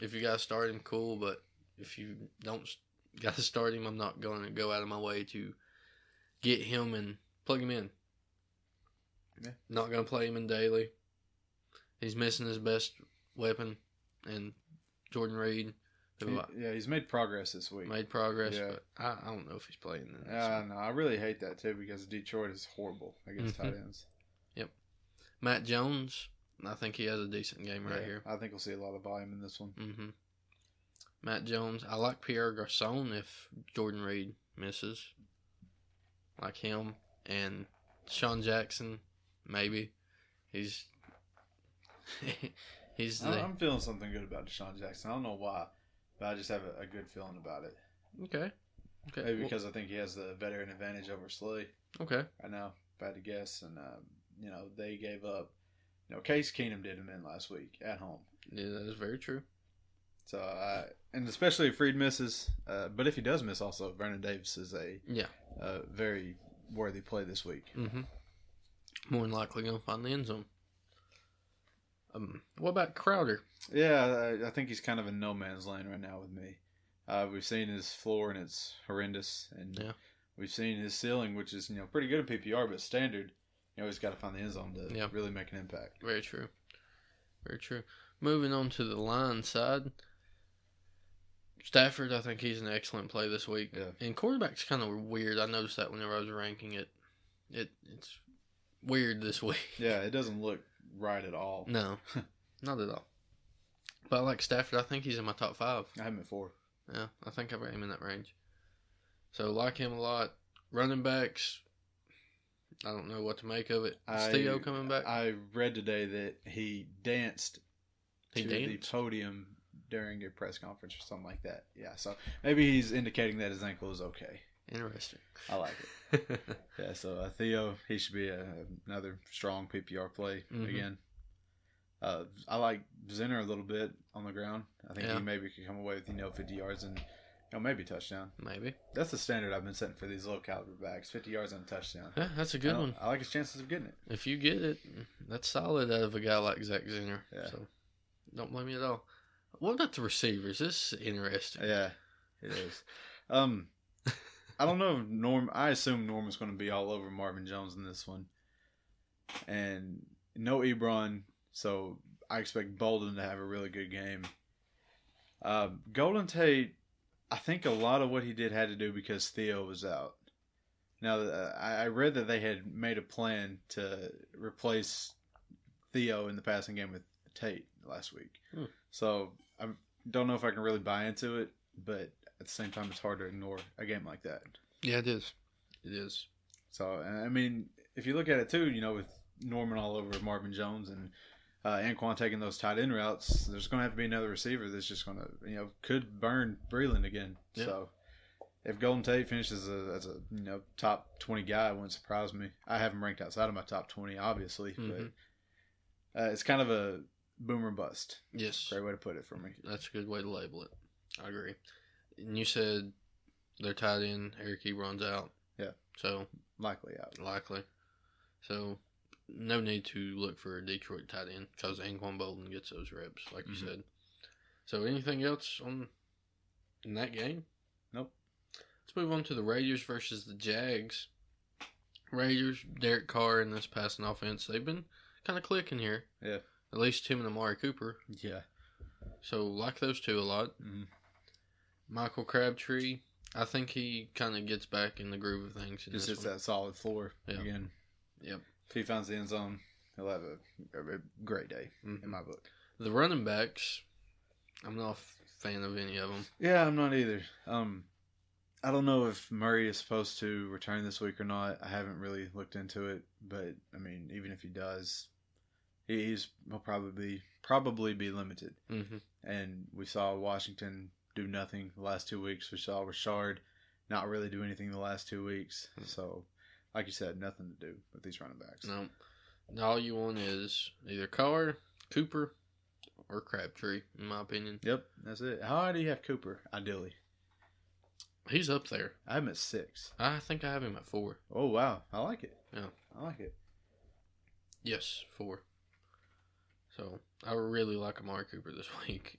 [SPEAKER 1] if you guys start him, cool, but if you don't <laughs> got to start him, I'm not going to go out of my way to get him and plug him in.
[SPEAKER 2] Yeah.
[SPEAKER 1] Not going to play him in daily. He's missing his best weapon, and Jordan Reed, who I-
[SPEAKER 2] He- yeah, he's made progress this week.
[SPEAKER 1] made progress,
[SPEAKER 2] Yeah.
[SPEAKER 1] but I, I don't know if he's playing in this.
[SPEAKER 2] Uh, no, I really hate that too because Detroit is horrible against
[SPEAKER 1] Mhm.
[SPEAKER 2] tight ends.
[SPEAKER 1] Matt Jones, I think he has a decent game right
[SPEAKER 2] Yeah,
[SPEAKER 1] here.
[SPEAKER 2] I think we'll see a lot of volume in this one.
[SPEAKER 1] hmm Matt Jones, I like Pierre Garcon if Jordan Reed misses. Like him and Sean Jackson, maybe. He's <laughs> he's
[SPEAKER 2] I-
[SPEAKER 1] the
[SPEAKER 2] I'm feeling something good about Deshaun Jackson. I don't know why, but I just have a, a good feeling about it.
[SPEAKER 1] okay. Okay.
[SPEAKER 2] Maybe
[SPEAKER 1] well,
[SPEAKER 2] because I think he has the veteran advantage over Slay
[SPEAKER 1] okay.
[SPEAKER 2] right now, if I had to guess. And, um, you know, they gave up. You know, Case Keenum did him in last week at home.
[SPEAKER 1] Yeah, that is very true.
[SPEAKER 2] So, uh, and especially if Reed misses, uh, but if he does miss, also Vernon Davis is a
[SPEAKER 1] Yeah.
[SPEAKER 2] uh, very worthy play this week.
[SPEAKER 1] Mm-hmm. More than likely gonna find the end zone. Um, what about Crowder?
[SPEAKER 2] Yeah, I, I think he's kind of in no man's land right now with me. Uh, we've seen his floor and it's horrendous, and
[SPEAKER 1] Yeah.
[SPEAKER 2] we've seen his ceiling, which is you know pretty good in PPR, but standard. You know, he's got to find the end zone to
[SPEAKER 1] Yeah.
[SPEAKER 2] really make an impact.
[SPEAKER 1] Very true. Very true. Moving on to the line side. Stafford, I think he's an excellent play this week.
[SPEAKER 2] Yeah.
[SPEAKER 1] And quarterback's kind of weird. I noticed that whenever I was ranking it. It it's weird this week. <laughs>
[SPEAKER 2] Yeah, it doesn't look right at all. <laughs>
[SPEAKER 1] No. not at all. But I like Stafford. I think he's in my top 5.
[SPEAKER 2] I have him at four.
[SPEAKER 1] Yeah, I think I've got him in that range. So like him a lot. Running backs, I don't know what to make of it. Is
[SPEAKER 2] I-
[SPEAKER 1] Theo coming back?
[SPEAKER 2] I read today that he danced
[SPEAKER 1] he
[SPEAKER 2] to the
[SPEAKER 1] danced.
[SPEAKER 2] podium during a press conference or something like that. Yeah, so maybe he's indicating that his ankle is okay.
[SPEAKER 1] Interesting.
[SPEAKER 2] I like it. Yeah, so uh, Theo, he should be a, another strong PPR play
[SPEAKER 1] Mhm.
[SPEAKER 2] again. Uh, I like Zinner a little bit on the ground. I think
[SPEAKER 1] Yeah.
[SPEAKER 2] he maybe could come away with you know 50 yards and you know, maybe a touchdown.
[SPEAKER 1] <laughs> Maybe.
[SPEAKER 2] That's the standard I've been setting for these low caliber backs: 50 yards and a touchdown.
[SPEAKER 1] Yeah, that's a
[SPEAKER 2] I
[SPEAKER 1] good
[SPEAKER 2] don't-
[SPEAKER 1] one.
[SPEAKER 2] I like his chances of getting it.
[SPEAKER 1] If you get it, that's solid out of a guy like Zach Zinner.
[SPEAKER 2] Yeah.
[SPEAKER 1] So don't blame me at all. What about the receivers? This is interesting.
[SPEAKER 2] Yeah, it is. Um, I don't know if Norm. I assume Norm is going to be all over Marvin Jones in this one, and no Ebron. So I expect Bolden to have a really good game. Uh, Golden Tate, I think a lot of what he did had to do because Theo was out. Now uh, I I read that they had made a plan to replace Theo in the passing game with Tate last week.
[SPEAKER 1] Hmm.
[SPEAKER 2] So I don't know if I can really buy into it, but at the same time, it's hard to ignore a game like that.
[SPEAKER 1] Yeah, it is. It is.
[SPEAKER 2] So I I mean, if you look at it too, you know, with Norman all over Marvin Jones and uh, Anquan taking those tight end routes, there's going to have to be another receiver that's just going to, you know, could burn Breland again.
[SPEAKER 1] Yeah.
[SPEAKER 2] So if Golden Tate finishes a, as a you know top twenty guy, it wouldn't surprise me. I have him ranked outside of my top twenty, obviously,
[SPEAKER 1] Mhm.
[SPEAKER 2] but uh, it's kind of a boomer bust.
[SPEAKER 1] Yes.
[SPEAKER 2] Great way to put it for me.
[SPEAKER 1] That's a good way to label it. I agree. And you said they're tied in. Eric Ebron's out.
[SPEAKER 2] Yeah.
[SPEAKER 1] So
[SPEAKER 2] Likely out.
[SPEAKER 1] likely. So no need to look for a Detroit tight end because Anquan Bolden gets those reps, like
[SPEAKER 2] Mhm.
[SPEAKER 1] you said. So anything else on in that game?
[SPEAKER 2] Nope.
[SPEAKER 1] Let's move on to the Raiders versus the Jags. Raiders, Derek Carr and this passing offense, they've been kind of clicking here.
[SPEAKER 2] Yeah.
[SPEAKER 1] At least him and Amari Cooper.
[SPEAKER 2] Yeah.
[SPEAKER 1] So like those two a lot.
[SPEAKER 2] hmm
[SPEAKER 1] Michael Crabtree, I think he kind of gets back in the groove of things. In
[SPEAKER 2] Just
[SPEAKER 1] this
[SPEAKER 2] hits
[SPEAKER 1] one.
[SPEAKER 2] that solid floor
[SPEAKER 1] Yeah.
[SPEAKER 2] again.
[SPEAKER 1] Yep.
[SPEAKER 2] If he finds the end zone, he'll have a, a great day
[SPEAKER 1] Mhm.
[SPEAKER 2] in my book.
[SPEAKER 1] The running backs, I'm not a f- fan of any of them.
[SPEAKER 2] Yeah, I'm not either. Um, I don't know if Murray is supposed to return this week or not. I haven't really looked into it, but I mean, even if he does, he- he's he'll probably be, probably be limited.
[SPEAKER 1] Mm-hmm.
[SPEAKER 2] And we saw Washington do nothing the last two weeks. We saw Richard not really do anything the last two weeks.
[SPEAKER 1] Hmm.
[SPEAKER 2] So, like you said, nothing to do with these running backs.
[SPEAKER 1] No, And all you want is either Carr, Cooper, or Crabtree. In my opinion,
[SPEAKER 2] Yep, that's it. How high do you have Cooper? Ideally,
[SPEAKER 1] he's up there.
[SPEAKER 2] I am at six.
[SPEAKER 1] I think I have him at four.
[SPEAKER 2] Oh wow, I like it.
[SPEAKER 1] Yeah.
[SPEAKER 2] I like it.
[SPEAKER 1] Yes, four. So I really like Amari Cooper this <laughs> week,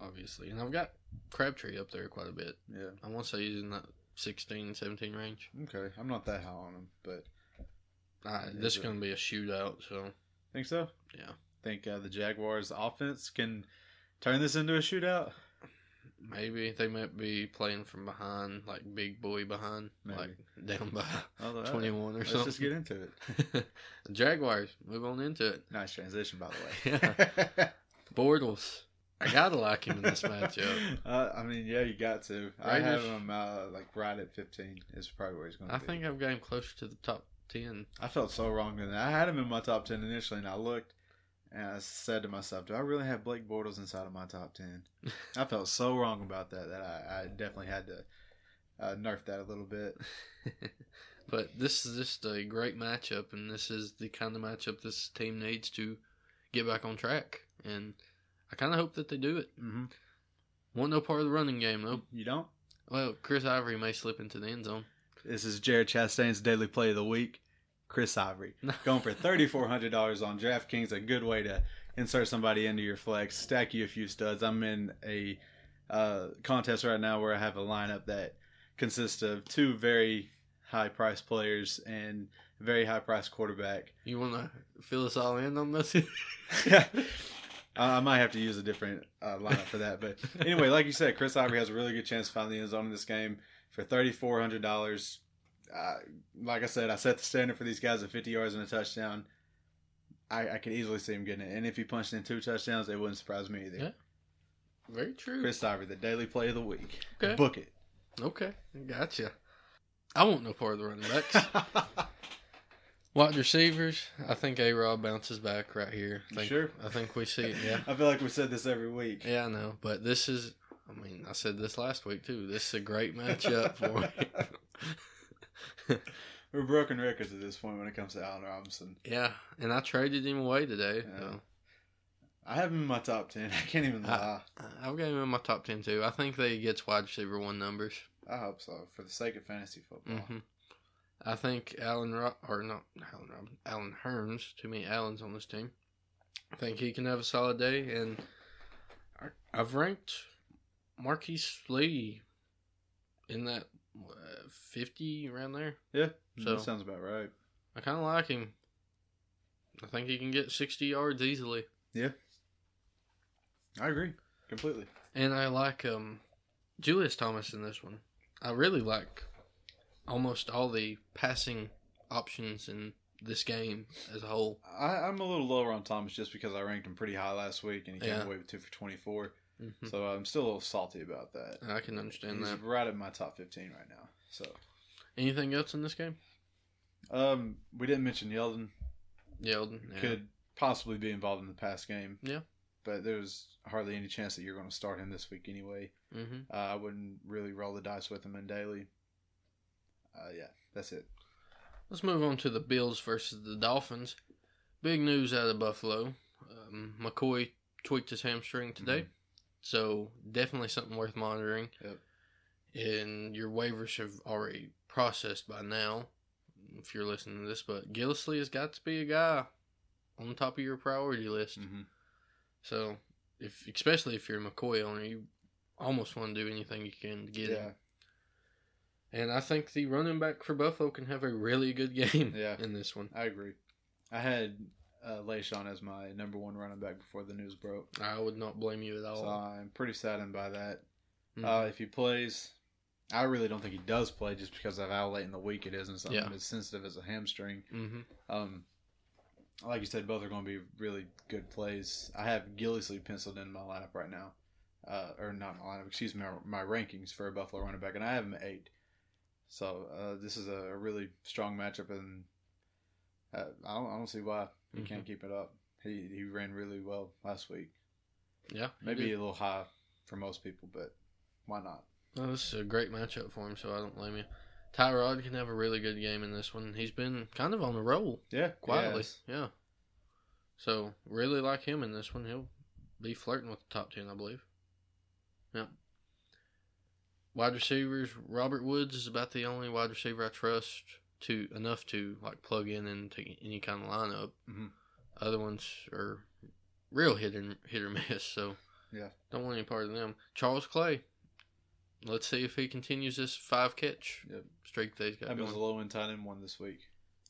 [SPEAKER 1] obviously, and I've got Crabtree up there quite a bit.
[SPEAKER 2] Yeah.
[SPEAKER 1] I want to say he's in that 16, 17 range.
[SPEAKER 2] Okay, I'm not that high on him, but
[SPEAKER 1] Uh,
[SPEAKER 2] Yeah,
[SPEAKER 1] this is
[SPEAKER 2] but-
[SPEAKER 1] going to be a shootout, so
[SPEAKER 2] think so.
[SPEAKER 1] Yeah.
[SPEAKER 2] think uh, the Jaguars' offense can turn this into a shootout.
[SPEAKER 1] maybe they might be playing from behind, like big boy behind,
[SPEAKER 2] Maybe.
[SPEAKER 1] like
[SPEAKER 2] <laughs>
[SPEAKER 1] down by
[SPEAKER 2] Although, uh,
[SPEAKER 1] 21 or
[SPEAKER 2] Let's
[SPEAKER 1] something.
[SPEAKER 2] just get into it.
[SPEAKER 1] The <laughs> Jaguars, move on into it.
[SPEAKER 2] Nice transition, by the way.
[SPEAKER 1] <laughs> Yeah. Bortles. I got to like him in
[SPEAKER 2] <laughs>
[SPEAKER 1] this matchup.
[SPEAKER 2] Uh, I mean, yeah, you got to. I have
[SPEAKER 1] Raiders-
[SPEAKER 2] him uh, like right at 15 is probably where he's going to
[SPEAKER 1] I
[SPEAKER 2] be.
[SPEAKER 1] think I've got him closer to the top 10.
[SPEAKER 2] I felt so wrong doing that. I had him in my top 10 initially, and I looked and I said to myself, Do I really have Blake Bortles inside of my top <laughs> 10? I felt so wrong about that that I, I definitely had to uh, nerf that a little bit.
[SPEAKER 1] <laughs> but this is just a great matchup, and this is the kind of matchup this team needs to get back on track. And I kind of hope that they do it.
[SPEAKER 2] Mm-hmm.
[SPEAKER 1] Want no part of the running game, though.
[SPEAKER 2] You don't?
[SPEAKER 1] Well, Chris Ivory may slip into the end zone. <laughs>
[SPEAKER 2] This is Jared Chastain's daily play of the week. Chris Ivory going for thirty four hundred dollars on DraftKings. A good way to insert somebody into your flex, stack you a few studs. I'm in a uh, contest right now where I have a lineup that consists of two very high priced players and a very high priced quarterback.
[SPEAKER 1] You want to fill us all in on this? <laughs>
[SPEAKER 2] <laughs> I I might have to use a different uh, lineup for that, but anyway, like you said, Chris Ivory has a really good chance to find the end zone in this game for thirty four hundred dollars. Uh, like I said, I set the standard for these guys at fifty yards and a touchdown. I, I could easily see him getting it, and if he punched in two touchdowns, it wouldn't surprise me either.
[SPEAKER 1] Yeah. Very true.
[SPEAKER 2] Chris Ivory, the daily play of the week,
[SPEAKER 1] Okay.
[SPEAKER 2] book it.
[SPEAKER 1] Okay, gotcha. I want no part of the running
[SPEAKER 2] <laughs>
[SPEAKER 1] backs. Wide receivers, I think A Rob bounces back right here. I
[SPEAKER 2] You
[SPEAKER 1] think,
[SPEAKER 2] sure?
[SPEAKER 1] I think we see it, yeah.
[SPEAKER 2] I feel like we said this every week.
[SPEAKER 1] Yeah, I know. But this is, I mean, I said this last week too. This is a great matchup for me.
[SPEAKER 2] <laughs> We're broken records at this point when it comes to Allen Robinson.
[SPEAKER 1] Yeah, and I traded him away today.
[SPEAKER 2] Yeah.
[SPEAKER 1] So
[SPEAKER 2] I have him in my top ten. <laughs> I can't even
[SPEAKER 1] I-
[SPEAKER 2] lie.
[SPEAKER 1] I've got him in my top 10 too. I think they gets wide receiver one numbers.
[SPEAKER 2] I hope so, for the sake of fantasy football.
[SPEAKER 1] hmm I think Alan Ro- or not Alan Robin, Alan Hearns. Too many Allen's on this team. I think he can have a solid day, and I- I've ranked Marquise Lee in that uh, fifty around there.
[SPEAKER 2] Yeah,
[SPEAKER 1] Mm-hmm. So-
[SPEAKER 2] Mm, that sounds about right.
[SPEAKER 1] I kind of like him. I think he can get sixty yards easily,
[SPEAKER 2] I agree completely.
[SPEAKER 1] and I like um Julius Thomas in this one. I really like almost all the passing options in this game as a whole.
[SPEAKER 2] I, I'm a little lower on Thomas just because I ranked him pretty high last week and he
[SPEAKER 1] Yeah.
[SPEAKER 2] came away with two for 24.
[SPEAKER 1] hmm
[SPEAKER 2] So I'm still a little salty about that.
[SPEAKER 1] I can understand
[SPEAKER 2] He's
[SPEAKER 1] that.
[SPEAKER 2] right at my top 15 right now. So
[SPEAKER 1] Anything else in this game?
[SPEAKER 2] um, we didn't mention Yeldon.
[SPEAKER 1] Yeldon. Yeah.
[SPEAKER 2] Could possibly be involved in the pass game.
[SPEAKER 1] Yeah.
[SPEAKER 2] But there's hardly any chance that you're going to start him this week anyway.
[SPEAKER 1] Mm-hmm.
[SPEAKER 2] Uh, I wouldn't really roll the dice with him in daily. Uh, yeah, that's it.
[SPEAKER 1] Let's move on to the Bills versus the Dolphins. Big news out of Buffalo. Um, McCoy tweaked his hamstring today, so definitely something worth monitoring.
[SPEAKER 2] Mm-hmm. Yep.
[SPEAKER 1] And your waivers have already processed by now, if you're listening to this. But Gillisley has got to be a guy on the top of your priority list.
[SPEAKER 2] Mm-hmm.
[SPEAKER 1] So, if especially if you're a McCoy owner, you almost want to do anything you can to get him.
[SPEAKER 2] Yeah,
[SPEAKER 1] And I think the running back for Buffalo can have a really good <laughs> game
[SPEAKER 2] Yeah.
[SPEAKER 1] in this one.
[SPEAKER 2] I agree. I had uh, Leishon as my number one running back before the news broke.
[SPEAKER 1] I would not blame you at all.
[SPEAKER 2] So I'm pretty saddened by that.
[SPEAKER 1] Mhm.
[SPEAKER 2] Uh, if he plays, I really don't think he does play just because of how late in the week it is and something
[SPEAKER 1] Yeah.
[SPEAKER 2] as sensitive as a hamstring.
[SPEAKER 1] Mhm.
[SPEAKER 2] Um, like you said, both are going to be really good plays. I have Gillisley penciled in my lineup right now, uh, or not my lineup, excuse me, my, my rankings for a Buffalo running back, and I have him at eight. So uh, this is a really strong matchup, and uh, I, don't, I don't see why he
[SPEAKER 1] Mm-hmm.
[SPEAKER 2] can't keep it up. He he ran really well last week.
[SPEAKER 1] Yeah, he
[SPEAKER 2] Maybe
[SPEAKER 1] did.
[SPEAKER 2] a little high for most people, but why not?
[SPEAKER 1] No, this is a great matchup for him, so I don't blame you. Tyrod can have a really good game in this one. He's been kind of on a roll
[SPEAKER 2] Yeah,
[SPEAKER 1] quietly. Yeah. So really like him in this one. He'll be flirting with the top ten, I believe. Yeah. Wide receivers, Robert Woods is about the only wide receiver I trust to enough to like plug in into any kind of lineup.
[SPEAKER 2] Mhm.
[SPEAKER 1] Other ones are real hit and hit or <laughs> miss, so
[SPEAKER 2] Yeah.
[SPEAKER 1] don't want any part of them. Charles Clay, let's see if he continues this five catch
[SPEAKER 2] Yep.
[SPEAKER 1] streak that he's got
[SPEAKER 2] That was
[SPEAKER 1] going.
[SPEAKER 2] a low end tight end one this week.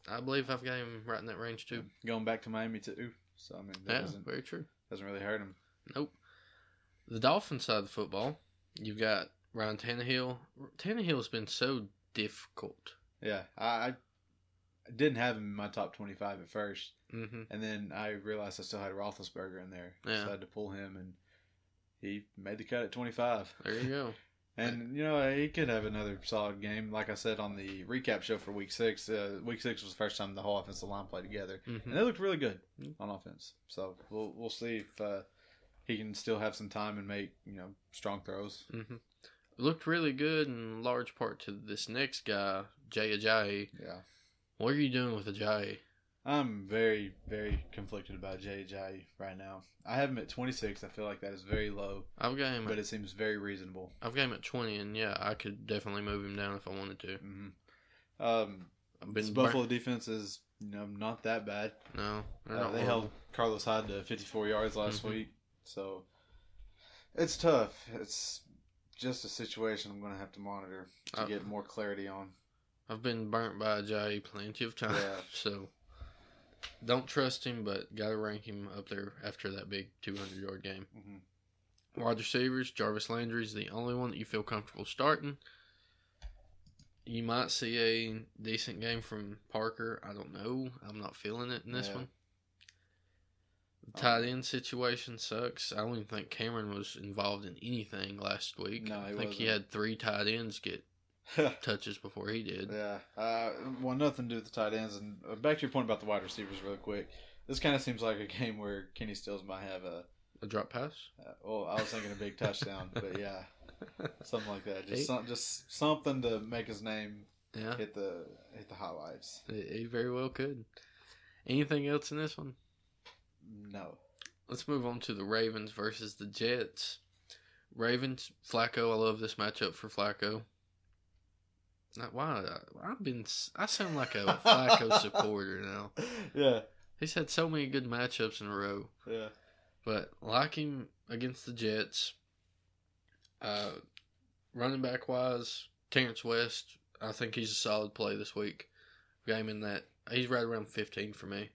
[SPEAKER 1] I believe I've got him right in that range too.
[SPEAKER 2] Going back to Miami too. So I mean, that
[SPEAKER 1] Yeah,
[SPEAKER 2] doesn't
[SPEAKER 1] very true.
[SPEAKER 2] doesn't really hurt him.
[SPEAKER 1] Nope. The Dolphins side of the football, you've got Ryan Tannehill. Tannehill's been so difficult.
[SPEAKER 2] Yeah, I, I didn't have him in my top twenty five at first,
[SPEAKER 1] hmm
[SPEAKER 2] and then I realized I still had Roethlisberger in there.
[SPEAKER 1] Yeah.
[SPEAKER 2] So I had to pull him, and he made the cut at twenty five.
[SPEAKER 1] There you
[SPEAKER 2] <laughs>
[SPEAKER 1] go.
[SPEAKER 2] And you know he could have another solid game. Like I said on the recap show for Week Six, uh, Week Six was the first time the whole offensive line played together, and
[SPEAKER 1] hmm
[SPEAKER 2] they looked really good
[SPEAKER 1] Mhm.
[SPEAKER 2] on offense. So we'll we'll see if uh, he can still have some time and make you know strong throws.
[SPEAKER 1] hmm Looked really good in large part to this next guy, Jay Ajayi.
[SPEAKER 2] Yeah,
[SPEAKER 1] What are you doing with Ajayi?
[SPEAKER 2] I'm very, very conflicted about JJ right now. I have him at 26. I feel like that is very low,
[SPEAKER 1] I've got him.
[SPEAKER 2] but
[SPEAKER 1] At,
[SPEAKER 2] it seems very reasonable.
[SPEAKER 1] I've got him at twenty, and yeah, I could definitely move him down if I wanted to.
[SPEAKER 2] hmm Um,
[SPEAKER 1] I've
[SPEAKER 2] this
[SPEAKER 1] been
[SPEAKER 2] Buffalo defense is you know, not that bad.
[SPEAKER 1] No, they're
[SPEAKER 2] Uh,
[SPEAKER 1] not
[SPEAKER 2] they
[SPEAKER 1] horrible.
[SPEAKER 2] held Carlos Hyde to 54 yards last
[SPEAKER 1] Mhm.
[SPEAKER 2] week, so it's tough. It's just a situation I'm going to have to monitor to
[SPEAKER 1] Uh,
[SPEAKER 2] get more clarity on.
[SPEAKER 1] I've been burnt by Ajayi plenty of times,
[SPEAKER 2] Yeah.
[SPEAKER 1] <laughs> so don't trust him. But gotta rank him up there after that big 200 yard game.
[SPEAKER 2] hmm
[SPEAKER 1] Wide receivers, Jarvis Landry is the only one that you feel comfortable starting. You might see a decent game from Parker. I don't know. I'm not feeling it in this
[SPEAKER 2] Yeah.
[SPEAKER 1] one. The tight end situation sucks. I don't even think Cameron was involved in anything last week.
[SPEAKER 2] No,
[SPEAKER 1] I
[SPEAKER 2] he
[SPEAKER 1] think he
[SPEAKER 2] wasn't.
[SPEAKER 1] had three tight ends get
[SPEAKER 2] Mm-hmm. <laughs>
[SPEAKER 1] touches before he did.
[SPEAKER 2] Yeah. Uh, well, nothing to do with the tight ends. And uh, back to your point about the wide receivers, real quick. This kind of seems like a game where Kenny Stills might have a.
[SPEAKER 1] A drop pass.
[SPEAKER 2] Uh, well, I was thinking a big touchdown, but yeah, something like that.
[SPEAKER 1] Hey.
[SPEAKER 2] Just some, just something to make his name
[SPEAKER 1] Yeah.
[SPEAKER 2] hit the hit the highlights.
[SPEAKER 1] It, it very well could. Anything else in this one?
[SPEAKER 2] No.
[SPEAKER 1] Let's move on to the Ravens versus the Jets. Ravens, Flacco. I love this matchup for Flacco. Not why I- I've been. s- I sound like <laughs> a Flacco supporter now.
[SPEAKER 2] Yeah.
[SPEAKER 1] He's had so many good matchups in a row,
[SPEAKER 2] Yeah.
[SPEAKER 1] but like him against the Jets. Uh, running back wise, Terrence West. I think he's a solid play this week. Game in that he's right around fifteen for me.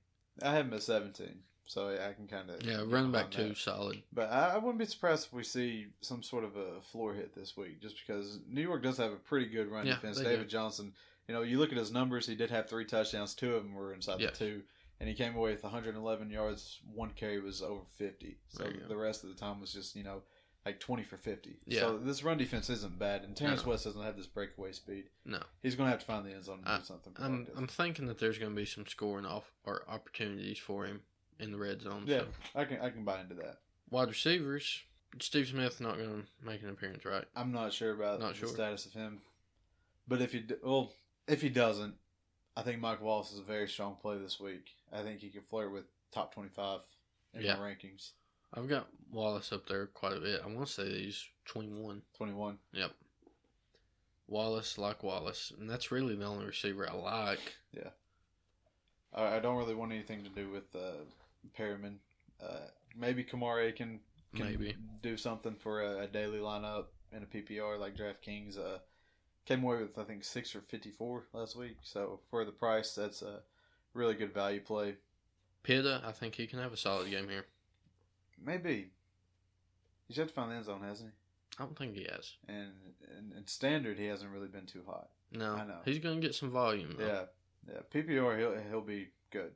[SPEAKER 2] I have him at seventeen, so I can kind of
[SPEAKER 1] Yeah, running back two, solid.
[SPEAKER 2] But I, I wouldn't be surprised if we see some sort of a floor hit this week, just because New York does have a pretty good run
[SPEAKER 1] Yeah,
[SPEAKER 2] defense.
[SPEAKER 1] they
[SPEAKER 2] David
[SPEAKER 1] do.
[SPEAKER 2] Johnson, you know, you look at his numbers; he did have three touchdowns. Two of them were inside
[SPEAKER 1] Yes.
[SPEAKER 2] the two, and he came away with 111 yards. One carry was over 50. So
[SPEAKER 1] There you go.
[SPEAKER 2] the rest of the time was just you know like 20 for 50.
[SPEAKER 1] Yeah.
[SPEAKER 2] So this run defense isn't bad, and Terrence
[SPEAKER 1] No.
[SPEAKER 2] West doesn't have this breakaway speed.
[SPEAKER 1] No.
[SPEAKER 2] He's going to have to find the end zone and
[SPEAKER 1] I-
[SPEAKER 2] do something.
[SPEAKER 1] I'm
[SPEAKER 2] productive.
[SPEAKER 1] I'm thinking that there's going to be some scoring off or opportunities for him in the red zone.
[SPEAKER 2] Yeah,
[SPEAKER 1] So.
[SPEAKER 2] I can I can buy into that.
[SPEAKER 1] Wide receivers, Steve Smith's not going to make an appearance, right?
[SPEAKER 2] I'm not sure about
[SPEAKER 1] Not
[SPEAKER 2] the
[SPEAKER 1] sure.
[SPEAKER 2] status of him, but if he d- well, if he doesn't, I think Mike Wallace is a very strong play this week. I think he could flirt with top 25 in
[SPEAKER 1] Yeah.
[SPEAKER 2] the rankings.
[SPEAKER 1] I've got Wallace up there quite a bit. I want to say that he's 21.
[SPEAKER 2] 21.
[SPEAKER 1] Wallace, like Wallace. And that's really the only receiver I like.
[SPEAKER 2] I, I don't really want anything to do with uh, Perryman. Uh, maybe Kamara can, can
[SPEAKER 1] Maybe.
[SPEAKER 2] do something for a, a daily lineup in a PPR like DraftKings. Uh, came away with I think six or fifty four last week. So for the price, that's a really good value play.
[SPEAKER 1] Pitta, I think he can have a solid game here.
[SPEAKER 2] Maybe he's had to find the end zone, hasn't
[SPEAKER 1] I don't think he has.
[SPEAKER 2] he? And and, and standard, he hasn't really been too hot.
[SPEAKER 1] No.
[SPEAKER 2] I know.
[SPEAKER 1] He's going to get some volume. though.
[SPEAKER 2] Yeah, yeah. PPR, he'll he'll be good.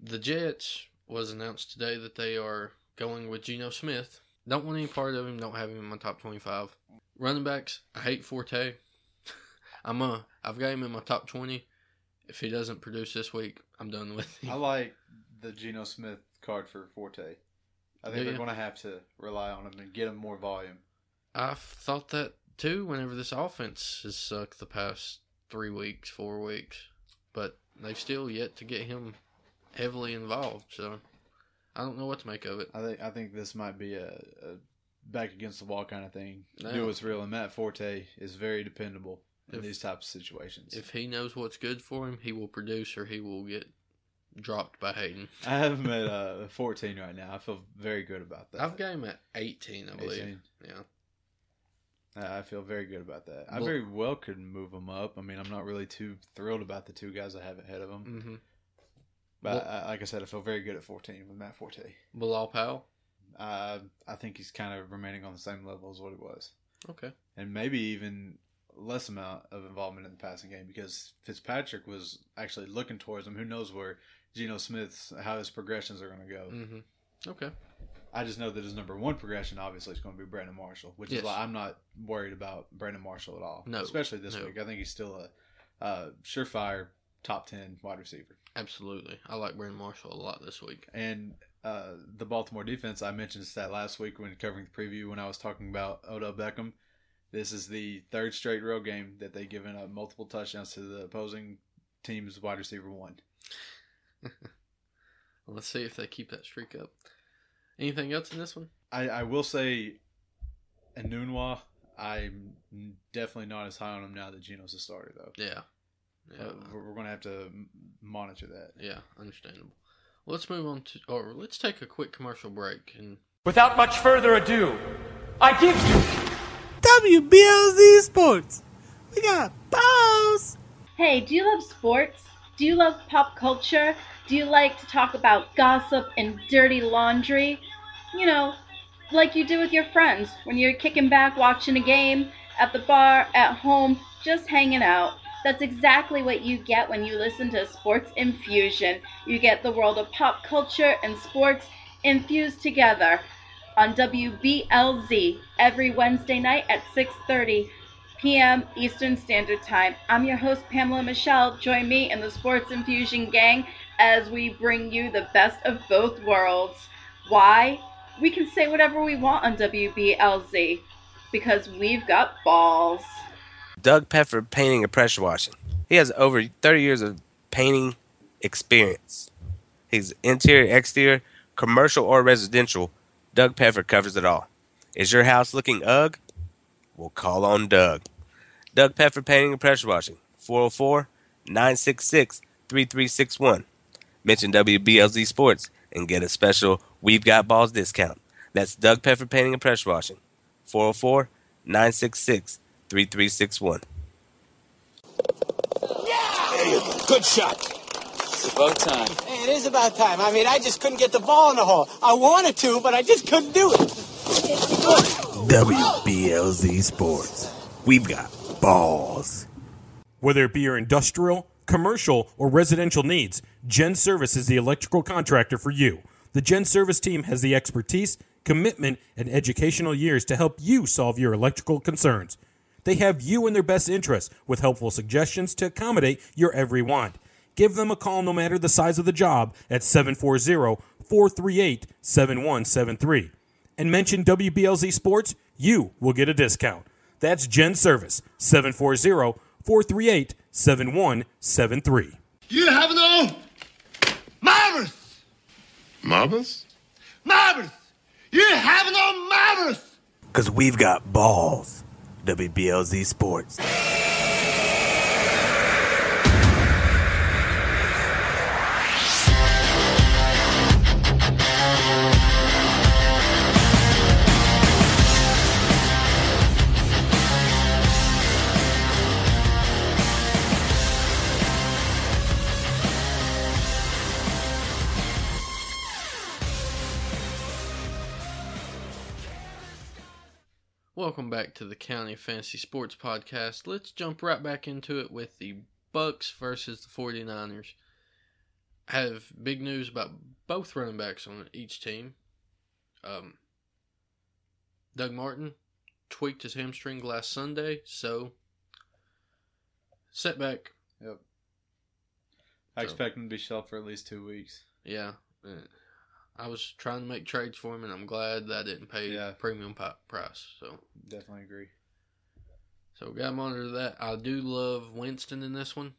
[SPEAKER 1] The Jets was announced today that they are going with Geno Smith. Don't want any part of him. Don't have him in my top 25. Running backs, I hate Forte. <laughs> I'm a, I've got him in my top 20. If he doesn't produce this week, I'm done with
[SPEAKER 2] <laughs>
[SPEAKER 1] him. <laughs>
[SPEAKER 2] I like the Geno Smith card for Forte. I think
[SPEAKER 1] Do
[SPEAKER 2] they're
[SPEAKER 1] you?
[SPEAKER 2] going to have to rely on him and get him more volume.
[SPEAKER 1] I thought that too. Whenever this offense has sucked the past three weeks, four weeks, but they've still yet to get him heavily involved. So I don't know what to make of it.
[SPEAKER 2] I think I think this might be a, a back against the wall kind of thing.
[SPEAKER 1] Yeah.
[SPEAKER 2] Do what's real, and Matt Forte is very dependable in
[SPEAKER 1] If-
[SPEAKER 2] these types of situations.
[SPEAKER 1] If he knows what's good for him, he will produce, or he will get dropped by Hayden.
[SPEAKER 2] I have him at uh, 14 right now. I feel very good about that.
[SPEAKER 1] I've got him at eighteen, I believe.
[SPEAKER 2] 18.
[SPEAKER 1] Yeah,
[SPEAKER 2] Uh, I I feel very good about that. I
[SPEAKER 1] Well-
[SPEAKER 2] very well could move him up. I mean, I'm not really too thrilled about the two guys I have ahead of him.
[SPEAKER 1] mm-hmm.
[SPEAKER 2] But I, like I said, I feel very good at 14 with Matt Forte.
[SPEAKER 1] Bilal Powell.
[SPEAKER 2] Uh, I think he's kind of remaining on the same level as what he was.
[SPEAKER 1] Okay,
[SPEAKER 2] and maybe even less amount of involvement in the passing game because Fitzpatrick was actually looking towards him. Who knows where Geno Smith's how his progressions are going to go?
[SPEAKER 1] mm-hmm. okay.
[SPEAKER 2] I just know that his number one progression obviously is going to be Brandon Marshall, which
[SPEAKER 1] Yes.
[SPEAKER 2] is why I'm not worried about Brandon Marshall at all.
[SPEAKER 1] No,
[SPEAKER 2] especially this
[SPEAKER 1] no.
[SPEAKER 2] week. I think he's still a, uh surefire top ten wide receiver.
[SPEAKER 1] Absolutely, I like Brandon Marshall a lot this week.
[SPEAKER 2] And uh, the Baltimore defense, I mentioned this that last week when covering the preview when I was talking about Odell Beckham. This is the third straight road game that they've given up multiple touchdowns to the opposing team's wide receiver one.
[SPEAKER 1] Let's see if they keep that streak up. Anything else in this one?
[SPEAKER 2] I, I will say, Anunwa, I'm definitely not as high on him now that Geno's a starter, though.
[SPEAKER 1] Yeah. Yeah.
[SPEAKER 2] Uh, we're going to have to m- monitor that.
[SPEAKER 1] yeah, understandable. Well, let's move on to, or let's take a quick commercial break. And
[SPEAKER 3] Without much further ado, I give you
[SPEAKER 4] WBLZ Sports. We got balls.
[SPEAKER 5] Hey, do you love sports? Do you love pop culture? Do you like to talk about gossip and dirty laundry? You know, like you do with your friends when you're kicking back, watching a game, at the bar, at home, just hanging out. That's exactly what you get when you listen to Sports Infusion. You get the world of pop culture and sports infused together on WBLZ every Wednesday night at 6:30 p.m. Eastern Standard Time. I'm your host, Pamela Michelle. Join me and the Sports Infusion gang as we bring you the best of both worlds. Why? We can say whatever we want on WBLZ because we've got balls.
[SPEAKER 6] Doug Pefford painting and pressure washing. He has over 30 years of painting experience. He's interior, exterior, commercial, or residential. Doug Pefford covers it all. Is your house looking ugh? We'll call on Doug. Doug Pefford painting and pressure oh washing. 404 966 3361. Mention WBLZ Sports and get a special We've Got Balls discount. That's Doug Pefford painting and pressure oh washing. 404 966 3361.
[SPEAKER 7] Good shot.
[SPEAKER 8] About time.
[SPEAKER 4] Man, it is about time. I mean, I just couldn't get the ball in the hole. I wanted to, but I just couldn't do it.
[SPEAKER 6] WBLZ Sports. We've got balls.
[SPEAKER 9] Whether it be your industrial, commercial, or residential needs, Gen Service is the electrical contractor for you. The Gen Service team has the expertise, commitment, and educational years to help you solve your electrical concerns. They have you in their best interest with helpful suggestions to accommodate your every want. Give them a call no matter the size of the job at 740 438 7173 and mention WBLZ Sports, you will get a discount. That's Gen Service, 740 438 7173.
[SPEAKER 8] You have no marbles.
[SPEAKER 10] Marbles?
[SPEAKER 8] Marbles. You have no marbles.
[SPEAKER 6] Because we've got balls. WBLZ Sports.
[SPEAKER 1] Welcome back to the County Fantasy Sports Podcast. Let's jump right back into it with the Bucks versus the 49ers. I have big news about both running backs on each team. Um, Doug Martin tweaked his hamstring last Sunday, so setback.
[SPEAKER 2] Yep. I
[SPEAKER 1] So-
[SPEAKER 2] expect him to be shelved for at least two weeks.
[SPEAKER 1] Yeah. uh, I was trying to make trades for him, and I'm glad that I didn't pay
[SPEAKER 2] Yeah.
[SPEAKER 1] premium pi- price. So
[SPEAKER 2] Definitely agree.
[SPEAKER 1] So gotta monitor that. I do love Winston in this one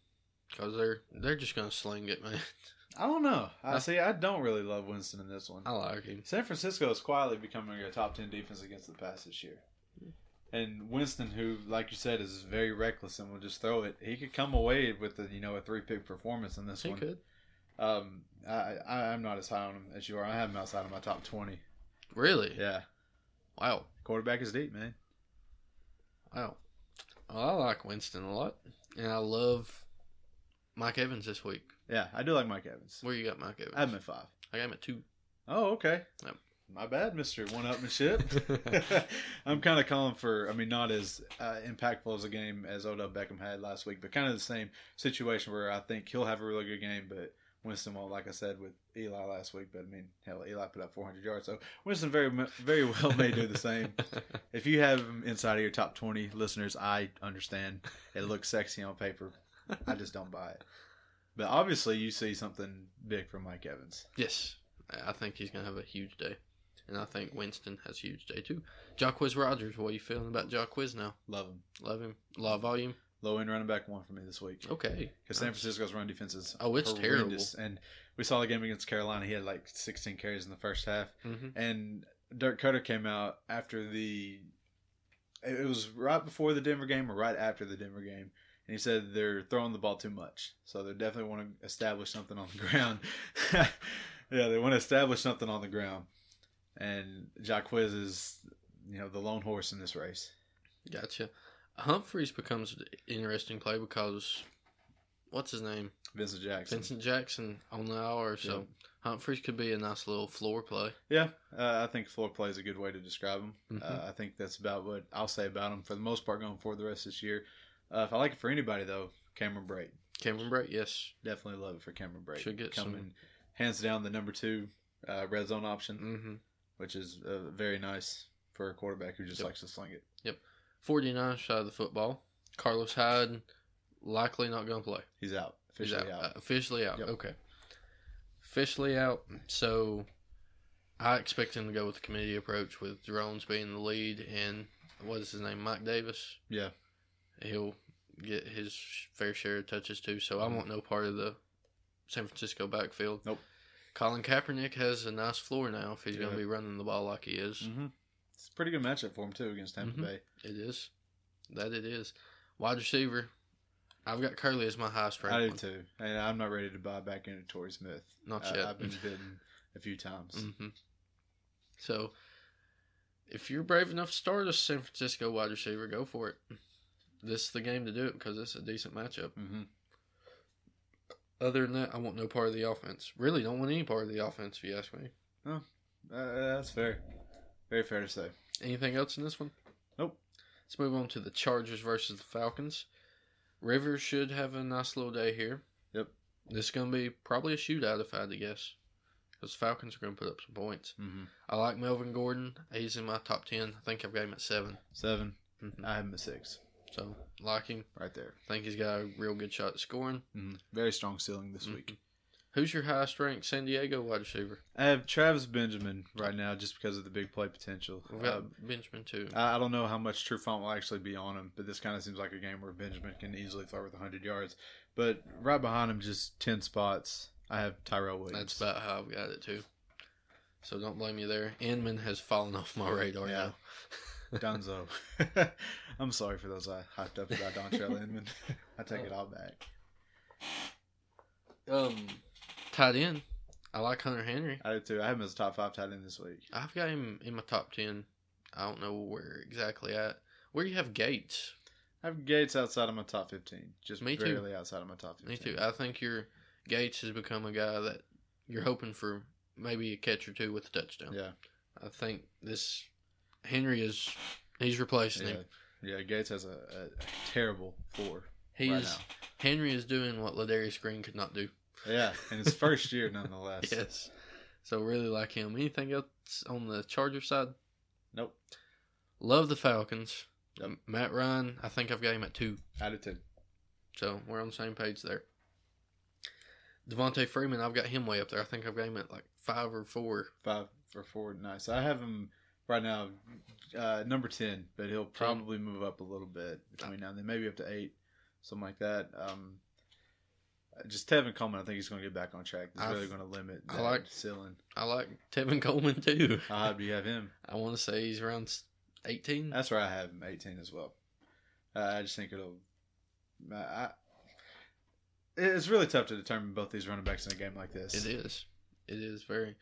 [SPEAKER 1] because they're they're just gonna sling it, man. <laughs>
[SPEAKER 2] I don't know. I
[SPEAKER 1] I-
[SPEAKER 2] see. I don't really love Winston in this one.
[SPEAKER 1] I like him.
[SPEAKER 2] San Francisco is quietly becoming a top ten defense against the pass this year.
[SPEAKER 1] Hmm.
[SPEAKER 2] And Winston, who, like you said, is very reckless and will just throw it, he could come away with a you know a three pick performance in this
[SPEAKER 1] He
[SPEAKER 2] one.
[SPEAKER 1] could
[SPEAKER 2] Um, I, I I'm not as high on him as you are. I have him outside of my top twenty.
[SPEAKER 1] really.
[SPEAKER 2] Yeah,
[SPEAKER 1] Wow.
[SPEAKER 2] quarterback is deep, man.
[SPEAKER 1] Wow. Well, I like Winston a lot, and I love Mike Evans this week.
[SPEAKER 2] Yeah, I do like Mike Evans.
[SPEAKER 1] Where you got Mike Evans?
[SPEAKER 2] I have him at five.
[SPEAKER 1] I got him at
[SPEAKER 2] <laughs>
[SPEAKER 1] two.
[SPEAKER 2] Oh, okay.
[SPEAKER 1] Yep.
[SPEAKER 2] My bad, Mister One Up and shit. <laughs> I'm kind of calling for. I mean, not as uh, impactful as a game as Odell Beckham had last week, but kind of the same situation where I think he'll have a really good game, but Winston won't. Like I said with Eli last week, but I mean, hell, Eli put up 400 yards, so Winston very mu- very well may do the same.
[SPEAKER 1] <laughs>
[SPEAKER 2] If you have him inside of your top 20 listeners, I understand. It looks sexy on paper. I just don't buy it. But obviously, you see something big from Mike Evans.
[SPEAKER 1] Yes, I I think he's gonna have a huge day, and I think Winston has a huge day too. Jaquiz Rogers, what are you feeling about Jaquiz now?
[SPEAKER 2] Love him.
[SPEAKER 1] Love him. Law volume.
[SPEAKER 2] Low end running back one for me this week.
[SPEAKER 1] Okay.
[SPEAKER 2] Because San Francisco's run defense is
[SPEAKER 1] Oh, it's
[SPEAKER 2] horrendous. And we saw the game against Carolina. He had like 16 carries in the first half.
[SPEAKER 1] Mm-hmm.
[SPEAKER 2] And Dirk Cutter came out after the. It it was right before the Denver game or right after the Denver game. And he said they're throwing the ball too much. So they definitely want to establish something on the ground. <laughs> yeah, they want to establish something on the ground. And Jaquiz is, you know, the lone horse in this race.
[SPEAKER 1] Gotcha. Humphreys becomes an interesting play because what's his name?
[SPEAKER 2] Vincent Jackson.
[SPEAKER 1] Vincent Jackson on the hour, so Humphreys could be a nice little floor play.
[SPEAKER 2] Yeah, uh, I think floor play is a good way to describe him.
[SPEAKER 1] Mhm.
[SPEAKER 2] Uh, I think that's about what I'll say about him for the most part going forward the rest of this year. Uh, if I like it for anybody though, Cameron Brake.
[SPEAKER 1] Cameron Brake, yes.
[SPEAKER 2] Definitely love it for Cameron Brake.
[SPEAKER 1] Should get some-
[SPEAKER 2] coming hands down the number two uh, red zone option,
[SPEAKER 1] Mm-hmm.
[SPEAKER 2] which is uh, very nice for a quarterback who just likes to sling it.
[SPEAKER 1] 49 side of the football. Carlos Hyde likely not going to play.
[SPEAKER 2] He's out
[SPEAKER 1] He's
[SPEAKER 2] officially out.
[SPEAKER 1] Uh, officially out.
[SPEAKER 2] Yep.
[SPEAKER 1] Okay. Officially out. So I expect him to go with the committee approach with Drones being the lead and what is his name? Mike Davis.
[SPEAKER 2] Yeah,
[SPEAKER 1] he'll get his fair share of touches too. So I want no part of the San Francisco backfield.
[SPEAKER 2] Mm-hmm. Nope.
[SPEAKER 1] Colin Kaepernick has a nice floor now if he's going
[SPEAKER 2] Yeah.
[SPEAKER 1] to be running the ball like he is.
[SPEAKER 2] hmm it's a pretty good matchup for him too against Tampa
[SPEAKER 1] Mhm.
[SPEAKER 2] Bay.
[SPEAKER 1] It is. That it is. Wide receiver. I've got Curly as my highest ranked
[SPEAKER 2] I do
[SPEAKER 1] one.
[SPEAKER 2] too, and I'm not ready to buy back into Torrey Smith.
[SPEAKER 1] Not
[SPEAKER 2] Uh,
[SPEAKER 1] yet. <laughs>
[SPEAKER 2] I've been bitten a few times.
[SPEAKER 1] hmm So if you're brave enough to start a San Francisco wide receiver, go for it. This is the game to do it because it's a decent matchup.
[SPEAKER 2] hmm
[SPEAKER 1] Other than that, I want no part of the offense. Really, don't want any part of the offense if you ask me.
[SPEAKER 2] Uh, that's fair. Very fair to say.
[SPEAKER 1] Anything else in this one?
[SPEAKER 2] Nope.
[SPEAKER 1] Let's move on to the Chargers versus the Falcons. Rivers should have a nice little day here.
[SPEAKER 2] Yep.
[SPEAKER 1] This is going to be probably a shootout if I had to guess. Because the Falcons are going to put up some points.
[SPEAKER 2] Mm-hmm.
[SPEAKER 1] I like Melvin Gordon. He's in my top 10. I think I've got him at 7.
[SPEAKER 2] Seven.
[SPEAKER 1] Mhm.
[SPEAKER 2] I have him at six.
[SPEAKER 1] So, like him.
[SPEAKER 2] Right there.
[SPEAKER 1] I think he's got a real good shot at scoring.
[SPEAKER 2] Mm-hmm. Very strong ceiling this week.
[SPEAKER 1] Who's your highest ranked San Diego wide receiver?
[SPEAKER 2] I have Travis Benjamin right now just because of the big play potential.
[SPEAKER 1] We've
[SPEAKER 2] Uh,
[SPEAKER 1] got Benjamin too.
[SPEAKER 2] I I don't know how much Trufant will actually be on him, but this kind of seems like a game where Benjamin can easily throw with 100 yards. But right behind him, just 10 spots, I have Tyrell Williams.
[SPEAKER 1] That's
[SPEAKER 2] <laughs>
[SPEAKER 1] about how I've got it too. So don't blame you there. Inman has fallen off my radar
[SPEAKER 2] Yeah.
[SPEAKER 1] now.
[SPEAKER 2] Donzo. <laughs> I'm sorry for those I hyped up about Dontrell <laughs> Inman. I take it all back.
[SPEAKER 1] Um, tight end. I like Hunter Henry.
[SPEAKER 2] I do too. I have him as a top five tight end this week.
[SPEAKER 1] I've got him in my top ten. I don't know where exactly at. Where do you have Gates?
[SPEAKER 2] I have Gates outside of my top 15. Just
[SPEAKER 1] Me too.
[SPEAKER 2] barely outside of my top 15.
[SPEAKER 1] Me too. I think your Gates has become a guy that you're hoping for maybe a catch or two with a touchdown.
[SPEAKER 2] Yeah.
[SPEAKER 1] I think this Henry is he's replacing
[SPEAKER 2] Yeah.
[SPEAKER 1] him.
[SPEAKER 2] Yeah, Gates has a, a, a terrible four.
[SPEAKER 1] He
[SPEAKER 2] right
[SPEAKER 1] is
[SPEAKER 2] now.
[SPEAKER 1] Henry is doing what Ladarius Green could not do.
[SPEAKER 2] Yeah, in his
[SPEAKER 1] <laughs>
[SPEAKER 2] first year, nonetheless.
[SPEAKER 1] Yes. So really like him. Anything else on the Charger side?
[SPEAKER 2] Nope.
[SPEAKER 1] Love the Falcons.
[SPEAKER 2] Yep.
[SPEAKER 1] Matt Ryan, I think I've got him at two.
[SPEAKER 2] Out of 10.
[SPEAKER 1] So we're on the same page there. Devontae Freeman, I've got him way up there. I think I've got him at like five or four.
[SPEAKER 2] five or four. Nice. I have him right now, uh, number ten, but he'll probably move up a little bit between now and then, maybe up to eight, something like that. Um, just Tevin Coleman, I think he's going to get back on track. He's
[SPEAKER 1] I've-
[SPEAKER 2] really going to limit
[SPEAKER 1] I
[SPEAKER 2] that
[SPEAKER 1] like-
[SPEAKER 2] ceiling.
[SPEAKER 1] I like Tevin <laughs> Coleman too.
[SPEAKER 2] How high do you have him?
[SPEAKER 1] I want to say he's around s- 18.
[SPEAKER 2] That's where I have him, eighteen as well. Uh, I just think it'll. I, I, it's really tough to determine both these running backs in a game like this.
[SPEAKER 1] It is. It is very.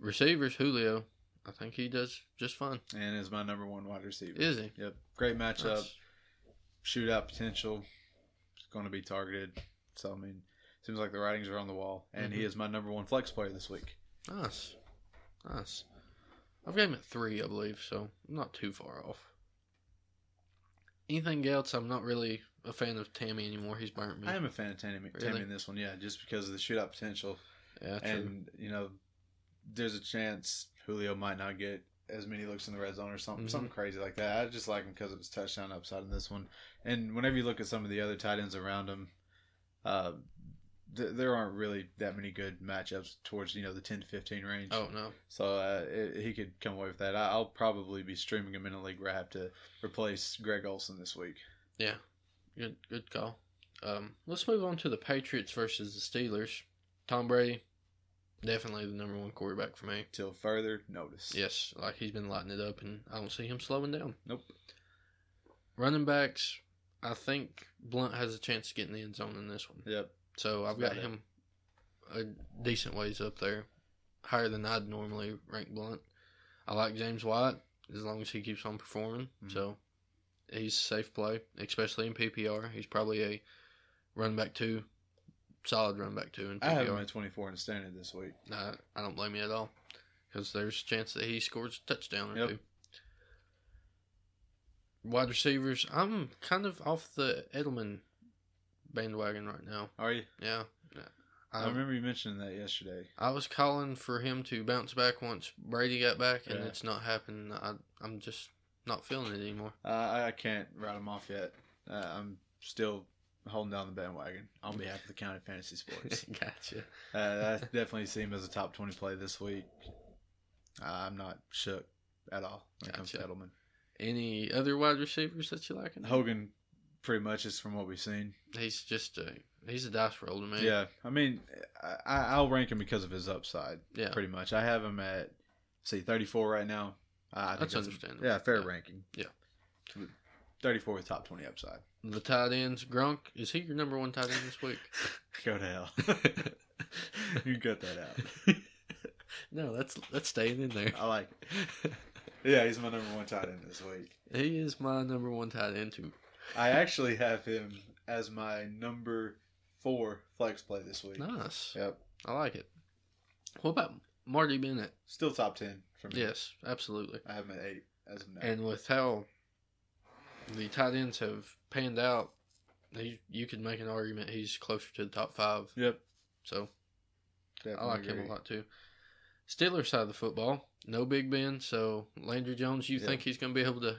[SPEAKER 1] Receivers, Julio. I think he does just fine.
[SPEAKER 2] and is my number one wide receiver.
[SPEAKER 1] Is he?
[SPEAKER 2] Yep, great matchup.
[SPEAKER 1] That's-
[SPEAKER 2] shootout potential. It's going to be targeted. So I mean, seems like the writings are on the wall, and
[SPEAKER 1] Mm-hmm.
[SPEAKER 2] he is my number one flex player this week.
[SPEAKER 1] Nice. Nice. I've got him at three, I believe, so I'm not too far off. Anything else? I'm not really a fan of Tammy anymore. He's burnt me.
[SPEAKER 2] I am a fan of Tammy, Tammy
[SPEAKER 1] Really?
[SPEAKER 2] in this one, yeah, just because of the shootout potential,
[SPEAKER 1] yeah, true.
[SPEAKER 2] and you know, there's a chance Julio might not get as many looks in the red zone or something,
[SPEAKER 1] Mhm.
[SPEAKER 2] something crazy like that. I just like him because of his touchdown upside in this one, and whenever you look at some of the other tight ends around him, uh, th- there aren't really that many good matchups towards you know the ten to fifteen range.
[SPEAKER 1] oh, no.
[SPEAKER 2] So uh, it, he could come away with that. I, I'll probably be streaming him in a league where I have to replace Greg Olson this week.
[SPEAKER 1] Yeah. Good good call. Um, let's move on to the Patriots versus the Steelers. Tom Brady, definitely the number one quarterback for me.
[SPEAKER 2] Till further notice.
[SPEAKER 1] Yes, like he's been lighting it up, and I don't see him slowing down.
[SPEAKER 2] Nope.
[SPEAKER 1] Running backs, I think Blunt has a chance to get in the end zone in this one.
[SPEAKER 2] Yep.
[SPEAKER 1] So I've
[SPEAKER 2] That's
[SPEAKER 1] got
[SPEAKER 2] about
[SPEAKER 1] him a decent ways up there, higher than I'd normally rank Blunt. I like James White as long as he keeps on performing.
[SPEAKER 2] Mhm.
[SPEAKER 1] So he's a safe play, especially in PPR. He's probably a run back two, solid run back two in PPR.
[SPEAKER 2] I have him at 24 in standard this week.
[SPEAKER 1] No, I don't blame you at all. Because there's a chance that he scores a touchdown or
[SPEAKER 2] Yep.
[SPEAKER 1] two. Wide receivers, I'm kind of off the Edelman bandwagon right now.
[SPEAKER 2] Are you?
[SPEAKER 1] Yeah.
[SPEAKER 2] I
[SPEAKER 1] I,
[SPEAKER 2] remember you mentioning that yesterday.
[SPEAKER 1] I was calling for him to bounce back once Brady got back, and
[SPEAKER 2] Yeah.
[SPEAKER 1] it's not happening. I, I'm just not feeling it
[SPEAKER 2] <laughs>
[SPEAKER 1] anymore. <laughs>
[SPEAKER 2] Uh, I, I can't write him off yet. Uh, I'm still holding down the bandwagon on behalf of the County
[SPEAKER 1] <laughs>
[SPEAKER 2] Fantasy Sports.
[SPEAKER 1] gotcha.
[SPEAKER 2] uh, I definitely see him as a top 20 play this week. Uh, I'm not shook at all when it comes to
[SPEAKER 1] Gotcha.
[SPEAKER 2] Edelman.
[SPEAKER 1] Any other wide receivers that you like?
[SPEAKER 2] Hogan, pretty much, is from what we've seen.
[SPEAKER 1] He's just a he's a dice roll to me.
[SPEAKER 2] Yeah, I mean, I, I'll rank him because of his upside.
[SPEAKER 1] Yeah.
[SPEAKER 2] pretty much. I have him at see 34 right now. Uh, I think
[SPEAKER 1] That's understandable.
[SPEAKER 2] Yeah, fair
[SPEAKER 1] Yeah.
[SPEAKER 2] ranking.
[SPEAKER 1] Yeah.
[SPEAKER 2] 34 with top 20 upside.
[SPEAKER 1] The tight ends, Gronk is he your number one tight end this
[SPEAKER 2] <laughs>
[SPEAKER 1] week?
[SPEAKER 2] Go to <laughs> hell. you cut that out.
[SPEAKER 1] no, that's that's staying in
[SPEAKER 2] <laughs>
[SPEAKER 1] there.
[SPEAKER 2] I like. It. Yeah, he's my number one tight end this week.
[SPEAKER 1] He is my number one tight end too.
[SPEAKER 2] I actually have him as my number four flex play this week.
[SPEAKER 1] Nice.
[SPEAKER 2] Yep,
[SPEAKER 1] I like it. What about Marty Bennett?
[SPEAKER 2] still top 10 for me.
[SPEAKER 1] Yes, absolutely.
[SPEAKER 2] I have him at eight as of now.
[SPEAKER 1] And with how the tight ends have panned out, he, you could make an argument he's closer to the top five.
[SPEAKER 2] yep,
[SPEAKER 1] So I
[SPEAKER 2] definitely
[SPEAKER 1] like him
[SPEAKER 2] agree.
[SPEAKER 1] a lot too. Steelers side of the football, no Big Ben. So Landry Jones, you
[SPEAKER 2] Yeah.
[SPEAKER 1] think he's going to be able to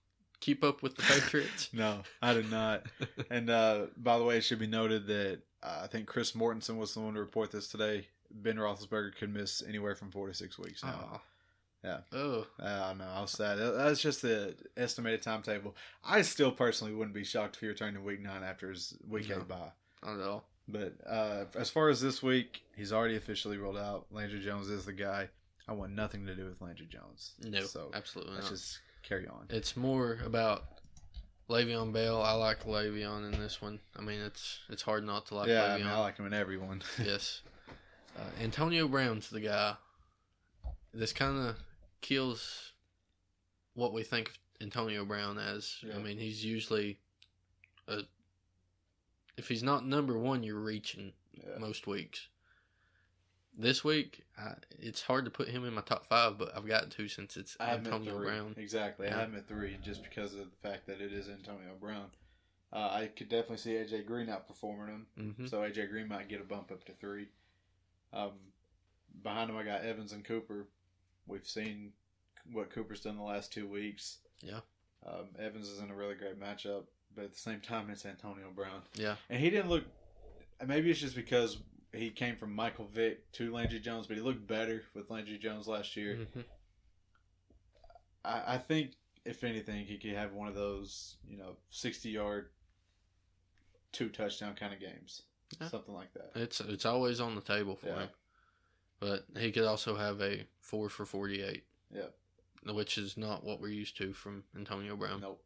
[SPEAKER 2] <laughs>
[SPEAKER 1] keep up with the Patriots? <laughs>
[SPEAKER 2] No, I did not. and uh, by the way, it should be noted that Uh, I think Chris Mortensen was the one to report this today. Ben Roethlisberger could miss anywhere from four to six weeks now.
[SPEAKER 1] Aw.
[SPEAKER 2] Yeah.
[SPEAKER 1] Oh,
[SPEAKER 2] Uh, no, I was sad. That- That's just the estimated timetable. I still personally wouldn't be shocked if he returned in week nine after his week
[SPEAKER 1] No.
[SPEAKER 2] eight bye.
[SPEAKER 1] not at all.
[SPEAKER 2] But uh, as far as this week, he's already officially ruled out. Landry Jones is the guy. I want nothing to do with Landry Jones.
[SPEAKER 1] No,
[SPEAKER 2] So
[SPEAKER 1] absolutely
[SPEAKER 2] let's
[SPEAKER 1] not.
[SPEAKER 2] just carry on.
[SPEAKER 1] It's more about Le'Veon Bell. I like Le'Veon in this one. I mean, it's it's hard not to like
[SPEAKER 2] yeah,
[SPEAKER 1] Le'Veon.
[SPEAKER 2] I, mean, I like him in everyone.
[SPEAKER 1] yes. Uh, Antonio Brown's the guy. This kind of kills what we think of Antonio Brown as.
[SPEAKER 2] Yeah.
[SPEAKER 1] I mean, he's usually a. If he's not number one, you're reaching
[SPEAKER 2] Yeah.
[SPEAKER 1] most weeks. This week, I, it's hard to put him in my top five, but I've got to since it's
[SPEAKER 2] I have him at
[SPEAKER 1] Antonio
[SPEAKER 2] three.
[SPEAKER 1] Brown.
[SPEAKER 2] Exactly.
[SPEAKER 1] Yeah.
[SPEAKER 2] I have him at three just because of the fact that it is Antonio Brown. Uh, I could definitely see AJ Green outperforming him.
[SPEAKER 1] hmm
[SPEAKER 2] So AJ Green might get a bump up to three. Um, behind him, I got Evans and Cooper. We've seen what Cooper's done the last two weeks.
[SPEAKER 1] Yeah.
[SPEAKER 2] Um, Evans is in a really great matchup, but at the same time, it's Antonio Brown,
[SPEAKER 1] Yeah,
[SPEAKER 2] and he didn't look. Maybe it's just because he came from Michael Vick to Landry Jones, but he looked better with Landry Jones last year.
[SPEAKER 1] Mhm.
[SPEAKER 2] I, I think if anything, he could have one of those, you know, sixty-yard, two touchdown kind of games,
[SPEAKER 1] Yeah.
[SPEAKER 2] something like that.
[SPEAKER 1] it's it's always on the table for
[SPEAKER 2] Yeah.
[SPEAKER 1] him. But he could also have a four for forty-eight.
[SPEAKER 2] Yep.
[SPEAKER 1] which is not what we're used to from Antonio Brown.
[SPEAKER 2] Nope.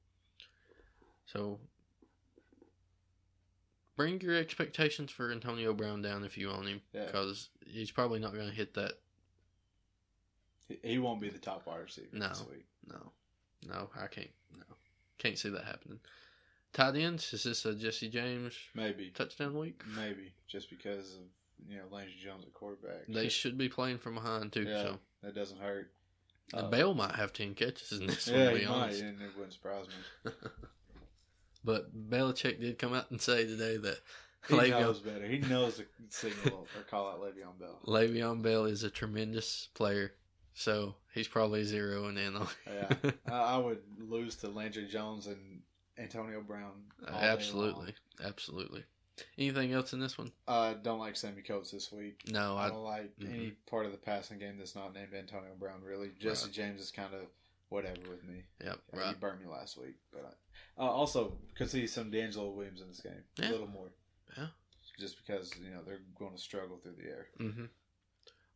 [SPEAKER 1] So bring your expectations for Antonio Brown down if you own him
[SPEAKER 2] Yeah.
[SPEAKER 1] because he's probably not going to hit that.
[SPEAKER 2] He- He won't be the top wide receiver
[SPEAKER 1] No.
[SPEAKER 2] this week.
[SPEAKER 1] No, no, I can't. No, can't see that happening. Tight ends is this a Jesse James
[SPEAKER 2] Maybe.
[SPEAKER 1] touchdown week?
[SPEAKER 2] Maybe. Just because of, you know, Landry Jones at quarterback. <laughs>
[SPEAKER 1] They should be playing from behind too.
[SPEAKER 2] yeah,
[SPEAKER 1] So
[SPEAKER 2] that doesn't hurt.
[SPEAKER 1] and
[SPEAKER 2] Uh,
[SPEAKER 1] Bell might have ten catches in this one.
[SPEAKER 2] Yeah,
[SPEAKER 1] To
[SPEAKER 2] he
[SPEAKER 1] be
[SPEAKER 2] might,
[SPEAKER 1] honest,
[SPEAKER 2] and it wouldn't surprise
[SPEAKER 1] <laughs>
[SPEAKER 2] me.
[SPEAKER 1] but Belichick did come out and say today that
[SPEAKER 2] He
[SPEAKER 1] Le'Veon,
[SPEAKER 2] knows better. He knows the signal or call out Le'Veon Bell.
[SPEAKER 1] <laughs> Le'Veon Bell is a tremendous player, so he's probably zeroing in on. <laughs>
[SPEAKER 2] Yeah, I, I would lose to Landry Jones and Antonio Brown. all day
[SPEAKER 1] absolutely, absolutely. Anything else in this one?
[SPEAKER 2] long. I don't like Sammy Coates this week.
[SPEAKER 1] No,
[SPEAKER 2] I
[SPEAKER 1] Oh, I. mm-hmm.
[SPEAKER 2] don't like any part of the passing game that's not named Antonio Brown. Really, Jesse
[SPEAKER 1] Right.
[SPEAKER 2] James is kind of whatever with me.
[SPEAKER 1] Yeah,
[SPEAKER 2] Yeah,
[SPEAKER 1] right.
[SPEAKER 2] Uh, You burned me last week, but I, uh, also could see some D'Angelo Williams in this game
[SPEAKER 1] Yeah.
[SPEAKER 2] a little more.
[SPEAKER 1] Yeah.
[SPEAKER 2] Just because you know they're going to struggle through the air.
[SPEAKER 1] Mm-hmm.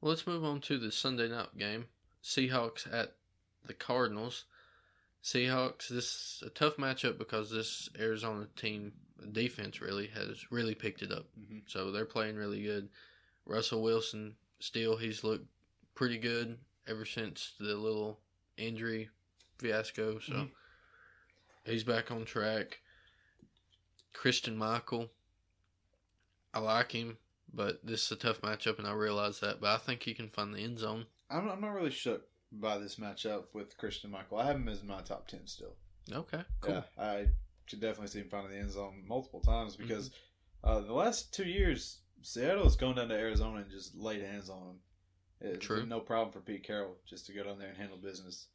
[SPEAKER 1] Well, let's move on to the Sunday night game. Seahawks at the Cardinals. Seahawks. This is a tough matchup because this Arizona team defense really has really picked it up.
[SPEAKER 2] Mm-hmm.
[SPEAKER 1] So they're playing really good. Russell Wilson, still, he's looked pretty good ever since the little injury fiasco. So
[SPEAKER 2] Mhm.
[SPEAKER 1] he's back on track. Christian Michael, I like him, but this is a tough matchup, and I realize that. But I think he can find the end zone.
[SPEAKER 2] I'm, I'm not really shook by this matchup with Christian Michael. I have him as my top ten still.
[SPEAKER 1] Okay, cool.
[SPEAKER 2] Yeah, I could definitely see him finding the end zone multiple times
[SPEAKER 1] Mm-hmm.
[SPEAKER 2] because uh, the last two years Seattle has gone down to Arizona and just laid hands on him. It's
[SPEAKER 1] True.
[SPEAKER 2] No problem for Pete Carroll just to go down there and handle business.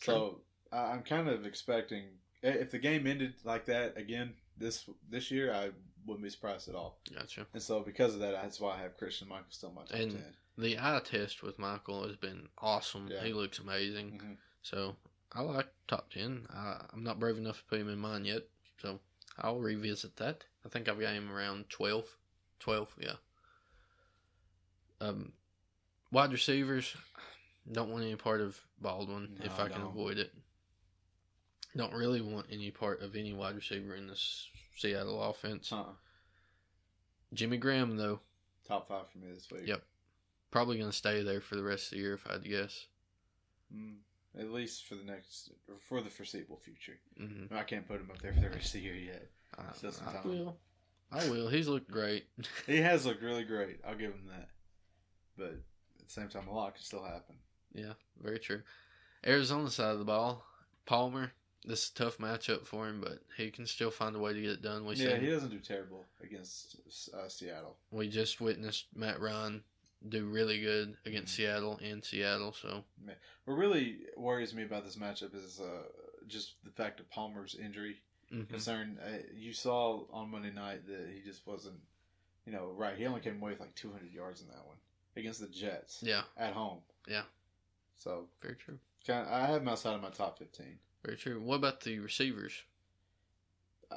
[SPEAKER 1] True.
[SPEAKER 2] So I, I'm kind of expecting i- if the game ended like that again this this year, I wouldn't be surprised at all.
[SPEAKER 1] Gotcha.
[SPEAKER 2] And so because of that, that's why I have Christian Michael still in my top
[SPEAKER 1] And-
[SPEAKER 2] ten.
[SPEAKER 1] The eye test with Michael has been awesome.
[SPEAKER 2] Yeah.
[SPEAKER 1] He looks amazing.
[SPEAKER 2] Mhm.
[SPEAKER 1] So I like top ten. I, I'm not brave enough to put him in mine yet, so I'll revisit that. I think I've got him around 12. 12, yeah. Um, wide receivers, don't want any part of Baldwin
[SPEAKER 2] No,
[SPEAKER 1] if
[SPEAKER 2] I
[SPEAKER 1] I can
[SPEAKER 2] don't.
[SPEAKER 1] avoid it. Don't really want any part of any wide receiver in this Seattle offense.
[SPEAKER 2] Uh-uh.
[SPEAKER 1] Jimmy Graham, though,
[SPEAKER 2] Top five for me this week.
[SPEAKER 1] Yep. probably going to stay there for the rest of the year if I'd guess.
[SPEAKER 2] Mm, at least for the next for the foreseeable future.
[SPEAKER 1] hmm
[SPEAKER 2] I can't put him up there for the rest of the year yet.
[SPEAKER 1] I,
[SPEAKER 2] Still some
[SPEAKER 1] I
[SPEAKER 2] time.
[SPEAKER 1] will. I will. He's looked great. <laughs>
[SPEAKER 2] He has looked really great. I'll give him that. But at the same time, a lot can still happen.
[SPEAKER 1] Yeah, very true. Arizona side of the ball, Palmer. This is a tough matchup for him, but he can still find a way to get it done. We
[SPEAKER 2] yeah,
[SPEAKER 1] seen-
[SPEAKER 2] he doesn't do terrible against uh, Seattle.
[SPEAKER 1] we just witnessed Matt Ryan do really good against
[SPEAKER 2] Mm-hmm.
[SPEAKER 1] Seattle in Seattle. So
[SPEAKER 2] What really worries me about this matchup is uh, just the fact of Palmer's injury
[SPEAKER 1] mhm.
[SPEAKER 2] concern. Uh, you saw on Monday night that he just wasn't you know, right, he only came away with like 200 yards in that one against the Jets.
[SPEAKER 1] Yeah.
[SPEAKER 2] At home.
[SPEAKER 1] Yeah.
[SPEAKER 2] So,
[SPEAKER 1] Very true.
[SPEAKER 2] kind I have him outside of my top 15.
[SPEAKER 1] Very true. What about the receivers?
[SPEAKER 2] Uh,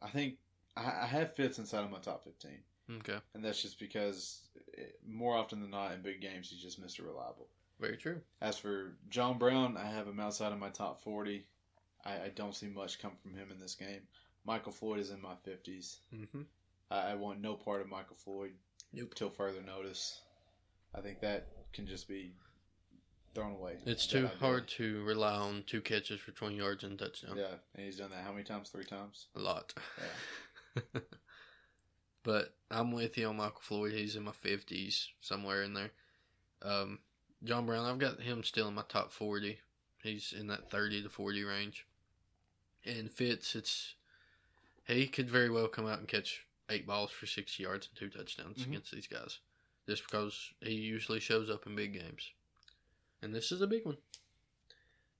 [SPEAKER 2] I think I, I have Fitz inside of my top 15.
[SPEAKER 1] Okay.
[SPEAKER 2] And that's just because it, more often than not in big games, he's just Mr. Reliable.
[SPEAKER 1] Very true.
[SPEAKER 2] As for John Brown, I have him outside of my top 40. I, I don't see much come from him in this game. Michael Floyd is in my 50s.
[SPEAKER 1] Mm-hmm.
[SPEAKER 2] I, I want no part of Michael Floyd
[SPEAKER 1] Nope.
[SPEAKER 2] till further notice. I think that can just be thrown away.
[SPEAKER 1] It's
[SPEAKER 2] That
[SPEAKER 1] too
[SPEAKER 2] idea.
[SPEAKER 1] hard to rely on two catches for 20 yards and a touchdown.
[SPEAKER 2] Yeah, and he's done that how many times? Three times?
[SPEAKER 1] A lot.
[SPEAKER 2] Yeah.
[SPEAKER 1] <laughs> but I'm with you on Michael Floyd. He's in my 50s, somewhere in there. Um, John Brown, I've got him still in my top 40. He's in that 30 to 40 range. And Fitz, it's he could very well come out and catch eight balls for 60 yards and two touchdowns
[SPEAKER 2] Mhm.
[SPEAKER 1] against these guys, just because he usually shows up in big games. And this is a big one.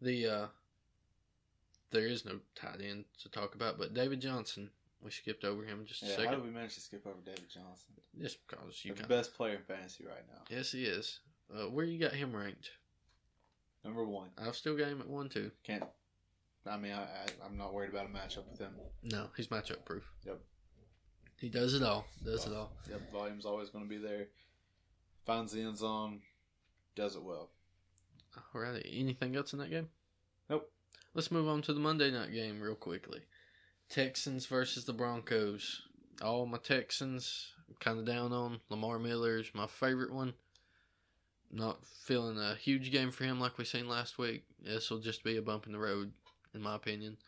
[SPEAKER 1] The uh, there is no tight end to talk about, but David Johnson. We skipped over him just a
[SPEAKER 2] Yeah, how
[SPEAKER 1] second.
[SPEAKER 2] did we manage to skip over David Johnson?
[SPEAKER 1] Just because you
[SPEAKER 2] He's the
[SPEAKER 1] got
[SPEAKER 2] best player in fantasy right now.
[SPEAKER 1] Yes, he is. Uh, where you got him ranked?
[SPEAKER 2] Number one.
[SPEAKER 1] I've still got him at one two.
[SPEAKER 2] Can't. I mean, I, I, I'm not worried about a matchup with him.
[SPEAKER 1] No, he's matchup proof.
[SPEAKER 2] Yep.
[SPEAKER 1] He does it all. Does it all.
[SPEAKER 2] Yep, volume's always going to be there. Finds the end zone, does it well.
[SPEAKER 1] Alrighty. Anything else in that game?
[SPEAKER 2] Nope.
[SPEAKER 1] Let's move on to the Monday night game real quickly. Texans versus the Broncos. All my Texans kind of down on Lamar Miller's my favorite one. Not feeling a huge game for him like we seen last week. This will just be a bump in the road, in my opinion.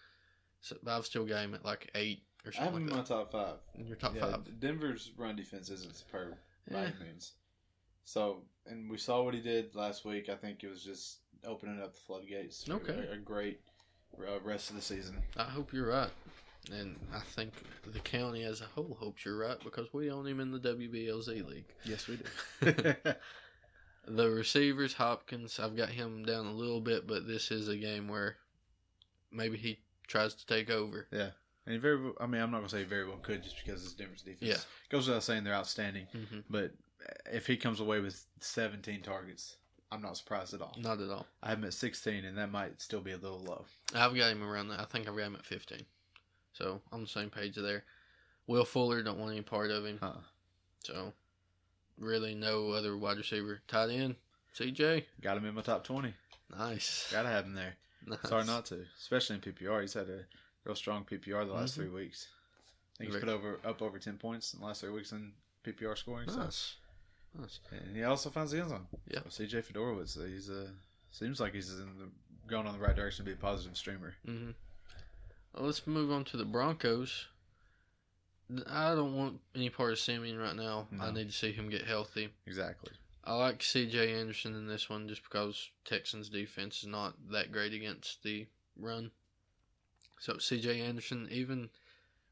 [SPEAKER 1] So, but I've still got him at like eight or
[SPEAKER 2] I have
[SPEAKER 1] something
[SPEAKER 2] him
[SPEAKER 1] like
[SPEAKER 2] in my
[SPEAKER 1] that.
[SPEAKER 2] top five.
[SPEAKER 1] In your top
[SPEAKER 2] yeah,
[SPEAKER 1] five.
[SPEAKER 2] Denver's run defense isn't superb by
[SPEAKER 1] Eh.
[SPEAKER 2] any means. So, and we saw what he did last week. I think it was just opening up the floodgates. for
[SPEAKER 1] Okay.
[SPEAKER 2] A, a great uh, rest of the season.
[SPEAKER 1] I hope you're right. And I think the county as a whole hopes you're right because we own him in the WBLZ league.
[SPEAKER 2] Yes, we do.
[SPEAKER 1] The receivers, Hopkins, I've got him down a little bit, but this is a game where maybe he tries to take over.
[SPEAKER 2] <laughs> and he very, well- I mean, I'm not going to say very well could just because it's Denver's defense.
[SPEAKER 1] Yeah.
[SPEAKER 2] Goes without saying they're outstanding.
[SPEAKER 1] hmm
[SPEAKER 2] But if he comes away with 17 targets, I'm not surprised at all.
[SPEAKER 1] Not at all.
[SPEAKER 2] I have him at 16, and that might still be a little low.
[SPEAKER 1] I've got him around that. I think I've got him at 15. So on the same page there. Will Fuller, don't want any part of him.
[SPEAKER 2] Uh-uh.
[SPEAKER 1] So really no other wide receiver. Tight end, CJ.
[SPEAKER 2] Got him in my top 20.
[SPEAKER 1] Nice.
[SPEAKER 2] Gotta have him there.
[SPEAKER 1] Nice.
[SPEAKER 2] Sorry not to, especially in PPR. He's had a real strong PPR the last
[SPEAKER 1] Mhm.
[SPEAKER 2] three weeks. I think he's
[SPEAKER 1] Right.
[SPEAKER 2] put over up over ten points in the last three weeks in PPR scoring. so-
[SPEAKER 1] Nice. Nice.
[SPEAKER 2] and he also finds the end zone.
[SPEAKER 1] Yeah.
[SPEAKER 2] So CJ Fedorowicz, uh, he's uh, seems like he's in the, going on the right direction to be a positive streamer.
[SPEAKER 1] Mm-hmm. Let's move on to the Broncos. I don't want any part of Simeon right now. I
[SPEAKER 2] No.
[SPEAKER 1] need to see him get healthy.
[SPEAKER 2] Exactly.
[SPEAKER 1] I like C.J. Anderson in this one just because Texans defense is not that great against the run. So C.J. Anderson, even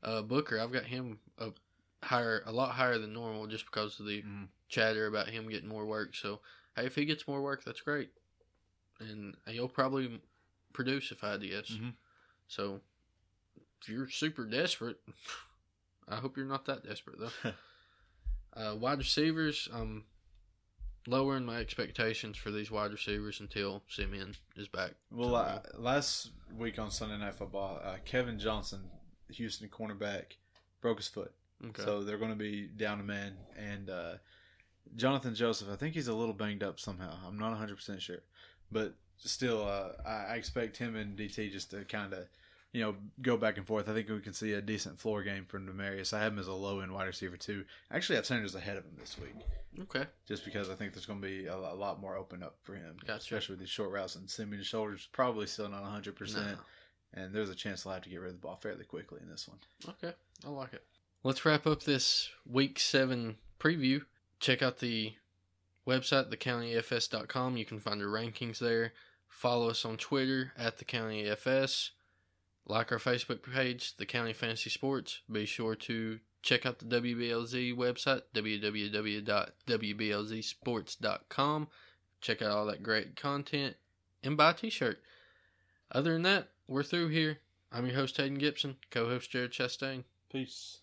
[SPEAKER 1] uh, Booker, I've got him up higher, a lot higher than normal, just because of the
[SPEAKER 2] Mhm.
[SPEAKER 1] chatter about him getting more work. So hey, if he gets more work, that's great, and he'll probably produce if I had to guess.
[SPEAKER 2] Mhm.
[SPEAKER 1] So if you're super desperate, <laughs> I hope you're not that desperate though. uh, wide receivers, um, lowering my expectations for these wide receivers until Simeon is back.
[SPEAKER 2] Well, uh, last week on Sunday Night Football, uh, Kevin Johnson, Houston cornerback, broke his foot.
[SPEAKER 1] okay.
[SPEAKER 2] So they're going to be down a man. And uh, Jonathan Joseph, I think he's a little banged up somehow. I'm not 100% sure. But still, uh, I I expect him and DT just to kind of, you know, go back and forth. I think we can see a decent floor game from Demarius. I have him as a low end wide receiver, too. Actually, I have Sanders ahead of him this week
[SPEAKER 1] okay,
[SPEAKER 2] just because I think there's going to be a, a lot more open up for him,
[SPEAKER 1] Gotcha.
[SPEAKER 2] especially with these short routes. And Simeon's shoulders probably still not 100%.
[SPEAKER 1] Nah.
[SPEAKER 2] And there's a chance he'll have to get rid of the ball fairly quickly in this one.
[SPEAKER 1] Okay, I like it. Let's wrap up this week seven preview. Check out the website, thecountyfs.com. You can find our rankings there. Follow us on Twitter at the County FS. Like our Facebook page, The County Fantasy Sports. Be sure to check out the WBLZ website, www.wblzsports.com. Check out all that great content and buy a t shirt. Other than that, we're through here. I'm your host, Hayden Gibson, co host Jared Chastain.
[SPEAKER 2] Peace.